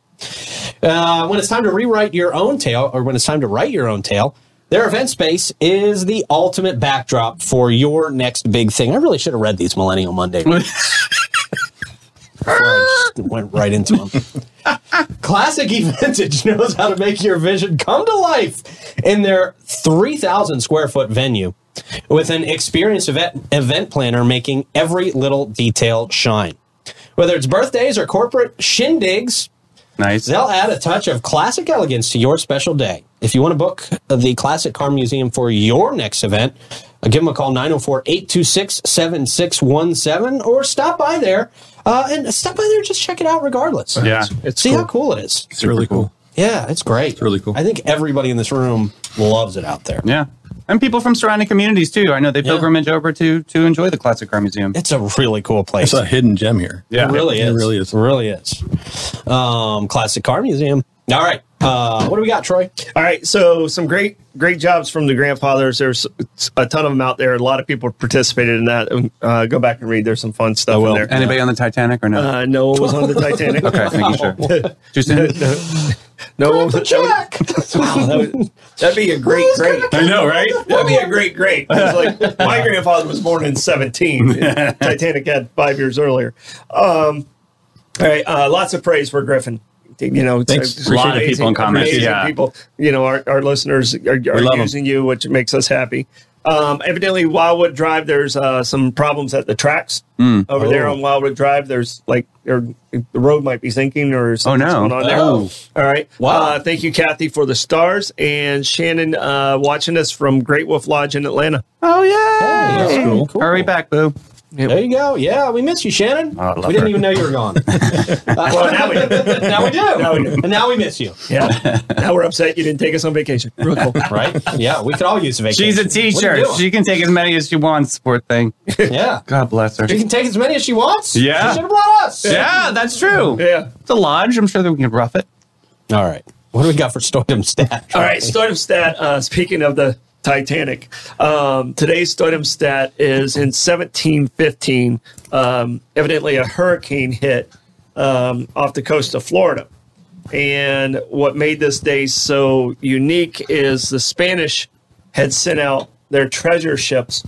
[SPEAKER 1] Uh, when it's time to rewrite your own tale, or when it's time to write your own tale, their event space is the ultimate backdrop for your next big thing. I really should have read these Millennial Monday before I just went right into them. Classic E Vintage knows how to make your vision come to life in their 3,000 square foot venue with an experienced event, event planner making every little detail shine. Whether it's birthdays or corporate shindigs,
[SPEAKER 2] Nice.
[SPEAKER 1] They'll add a touch of classic elegance to your special day. If you want to book the Classic Car Museum for your next event, uh, give them a call 904 826 7617 or stop by there uh, and stop by there and just check it out regardless.
[SPEAKER 2] Yeah.
[SPEAKER 1] See how cool it is.
[SPEAKER 5] It's really cool.
[SPEAKER 1] Yeah, it's great. It's
[SPEAKER 5] really cool.
[SPEAKER 1] I think everybody in this room loves it out there.
[SPEAKER 2] Yeah. And people from surrounding communities too. I know they pilgrimage over to to enjoy the Classic Car Museum.
[SPEAKER 1] It's a really cool place.
[SPEAKER 5] It's a hidden gem here.
[SPEAKER 1] It really
[SPEAKER 5] It
[SPEAKER 1] is.
[SPEAKER 5] really is.
[SPEAKER 1] really is. Um, Classic Car Museum. All right. Uh, what do we got, Troy?
[SPEAKER 3] All right, so some great great jobs from the grandfathers. There's a ton of them out there. A lot of people participated in that. Uh, go back and read. There's some fun stuff
[SPEAKER 1] will.
[SPEAKER 3] in there.
[SPEAKER 2] Anybody on the Titanic or no?
[SPEAKER 3] Uh, Noah was on the Titanic.
[SPEAKER 2] okay, making sure. Too soon?
[SPEAKER 3] Noah was
[SPEAKER 1] Jack!
[SPEAKER 3] Wow, that would, that'd be a great, great.
[SPEAKER 5] I know, right?
[SPEAKER 3] That'd be a great, great. It's like my grandfather was born in 17. Titanic had five years earlier. Um, all right, uh, lots of praise for Griffin. You know, it's-
[SPEAKER 5] Thanks.
[SPEAKER 3] it's
[SPEAKER 5] Appreciate the
[SPEAKER 3] amazing-
[SPEAKER 2] people in comments,
[SPEAKER 3] amazing
[SPEAKER 2] yeah.
[SPEAKER 3] people. You know, our, our listeners are, are
[SPEAKER 5] love 'em.
[SPEAKER 3] using you, which makes us happy. Um, evidently, Wildwood Drive, there's uh, some problems at the tracks
[SPEAKER 2] Mm.
[SPEAKER 3] over there
[SPEAKER 2] Oh.
[SPEAKER 3] on Wildwood Drive. There's like or the road might be sinking or something's
[SPEAKER 2] no.
[SPEAKER 3] going on there.
[SPEAKER 2] Oh.
[SPEAKER 3] All right.
[SPEAKER 1] Wow.
[SPEAKER 3] Uh, thank you, Kathy, for the stars and Shannon uh, watching us from Great Wolf Lodge in Atlanta.
[SPEAKER 2] Oh yeah.
[SPEAKER 1] That's cool.
[SPEAKER 2] Hurry back, boo.
[SPEAKER 1] There you go. Yeah, we miss you, Shannon.
[SPEAKER 2] Oh, I love
[SPEAKER 1] we didn't
[SPEAKER 2] her.
[SPEAKER 1] even know you were gone.
[SPEAKER 3] Well, now, we,
[SPEAKER 1] now we do. And now we miss you.
[SPEAKER 3] yeah, now we're upset you didn't take us on vacation. Real cool.
[SPEAKER 1] Right? Yeah, we could all use a vacation.
[SPEAKER 2] She's a
[SPEAKER 1] What are you
[SPEAKER 2] teacher.
[SPEAKER 1] doing?
[SPEAKER 2] She can take as many as she wants, poor thing.
[SPEAKER 1] yeah.
[SPEAKER 2] God bless her.
[SPEAKER 1] She can take as many as she wants.
[SPEAKER 2] Yeah.
[SPEAKER 1] She should have brought us.
[SPEAKER 2] Yeah, that's true.
[SPEAKER 3] Yeah.
[SPEAKER 2] It's a lodge. I'm sure that we can rough it.
[SPEAKER 1] All right. What do we got for Stordom Stack?
[SPEAKER 3] All right. Stardom stat. Uh, speaking of the Titanic, um, today's Stardom stat is in 1715. Um, evidently, a hurricane hit um, off the coast of Florida. And what made this day so unique is the Spanish had sent out their treasure ships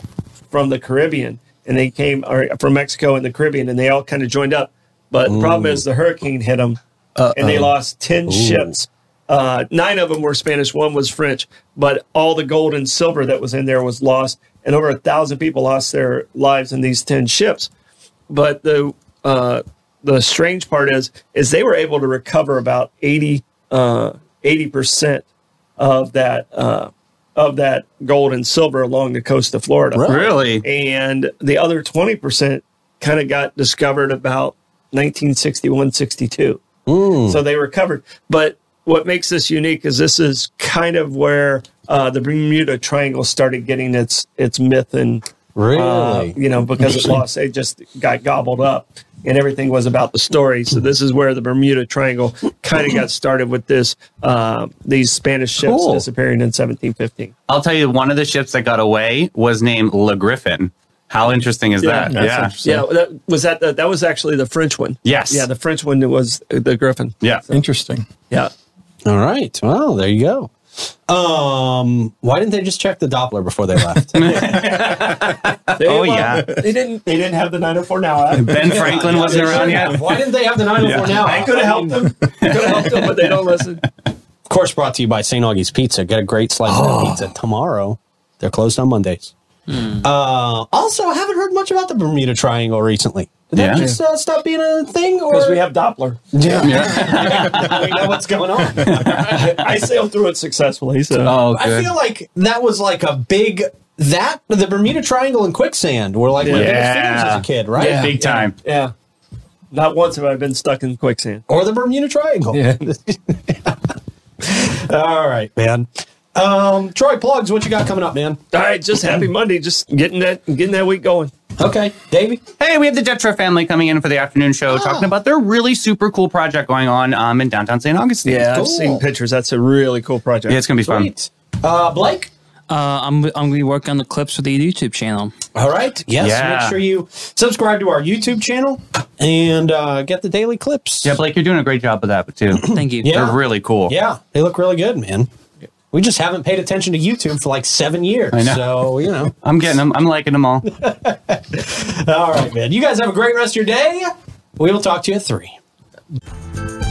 [SPEAKER 3] from the Caribbean, and they came or from Mexico and the Caribbean, and they all kind of joined up. But the problem is the hurricane hit them, and they lost ten ships. Uh, nine of them were Spanish, one was French, but all the gold and silver that was in there was lost, and over a thousand people lost their lives in these ten ships but the uh, the strange part is is they were able to recover about 80 percent of that uh, of that gold and silver along the coast of Florida.
[SPEAKER 2] Really?
[SPEAKER 3] And the other 20% kind of got discovered about 1961, 62. So they recovered. But what makes this unique is this is kind of where uh, the Bermuda Triangle started getting its its myth and uh,
[SPEAKER 1] Really?
[SPEAKER 3] you know because it lost it just got gobbled up and everything was about the story. So this is where the Bermuda Triangle kind of got started with this uh, these Spanish ships
[SPEAKER 2] Cool.
[SPEAKER 3] disappearing in 1715.
[SPEAKER 2] I'll tell you, one of the ships that got away was named La Griffin. How interesting is that?
[SPEAKER 5] That's
[SPEAKER 2] Yeah.
[SPEAKER 5] interesting.
[SPEAKER 3] Yeah, that, was that that was actually the French one?
[SPEAKER 2] Yes.
[SPEAKER 3] Yeah, the French one that was the Griffin.
[SPEAKER 2] Yeah.
[SPEAKER 5] Interesting.
[SPEAKER 3] Yeah.
[SPEAKER 1] All right. Well, there you go. Um, why didn't they just check the Doppler before they left?
[SPEAKER 3] They-
[SPEAKER 2] Oh,
[SPEAKER 3] well,
[SPEAKER 2] yeah.
[SPEAKER 3] They didn't they didn't have the 904 now. app.
[SPEAKER 2] Ben Franklin wasn't around yet.
[SPEAKER 1] Why didn't they have the 904 now?
[SPEAKER 3] I could have helped them. Could have helped them, but they don't listen.
[SPEAKER 1] Of course, brought to you by St. Augie's Pizza. Get a great slice of pizza tomorrow. They're closed on Mondays.
[SPEAKER 3] Hmm.
[SPEAKER 1] Uh, also, I haven't heard much about the Bermuda Triangle recently. Did
[SPEAKER 2] Yeah.
[SPEAKER 1] that just uh, stop being a thing?
[SPEAKER 3] Because
[SPEAKER 1] Or
[SPEAKER 3] we have Doppler.
[SPEAKER 1] yeah. we know what's going on.
[SPEAKER 3] I, I sailed through it successfully. So
[SPEAKER 2] Oh,
[SPEAKER 1] I
[SPEAKER 2] good.
[SPEAKER 1] feel like that was like a big that the Bermuda Triangle and quicksand were like my biggest
[SPEAKER 2] Yeah.
[SPEAKER 1] fears as a kid, right?
[SPEAKER 3] Yeah.
[SPEAKER 2] Big time.
[SPEAKER 3] yeah. Not once have I been stuck in quicksand.
[SPEAKER 1] Or the Bermuda Triangle.
[SPEAKER 5] Yeah.
[SPEAKER 1] All right, man. Um, Troy plugs. What you got coming up, man?
[SPEAKER 3] All right, just happy Monday. Just getting that getting that week going.
[SPEAKER 1] Okay, Davey.
[SPEAKER 2] Hey, we have the Jetro family coming in for the afternoon show talking about their really super cool project going on um, in downtown St. Augustine.
[SPEAKER 1] Cool.
[SPEAKER 3] I've seen pictures. That's a really cool project.
[SPEAKER 2] Yeah, it's going to be fun.
[SPEAKER 1] Sweet. Uh, Blake.
[SPEAKER 4] Uh, I'm I'm gonna be working on the clips for the YouTube channel.
[SPEAKER 1] All right. Yes.
[SPEAKER 2] Yeah.
[SPEAKER 1] Make sure you subscribe to our YouTube channel and uh, get the daily clips.
[SPEAKER 2] Yeah, Blake, you're doing a great job with that, too.
[SPEAKER 4] Thank you.
[SPEAKER 1] Yeah.
[SPEAKER 2] They're really cool.
[SPEAKER 1] Yeah, they look really good, man. We just haven't paid attention to YouTube for like seven years.
[SPEAKER 2] know.
[SPEAKER 1] So, you know.
[SPEAKER 2] I'm getting them. I'm liking them all.
[SPEAKER 1] All right, man. You guys have a great rest of your day. We will talk to you at three.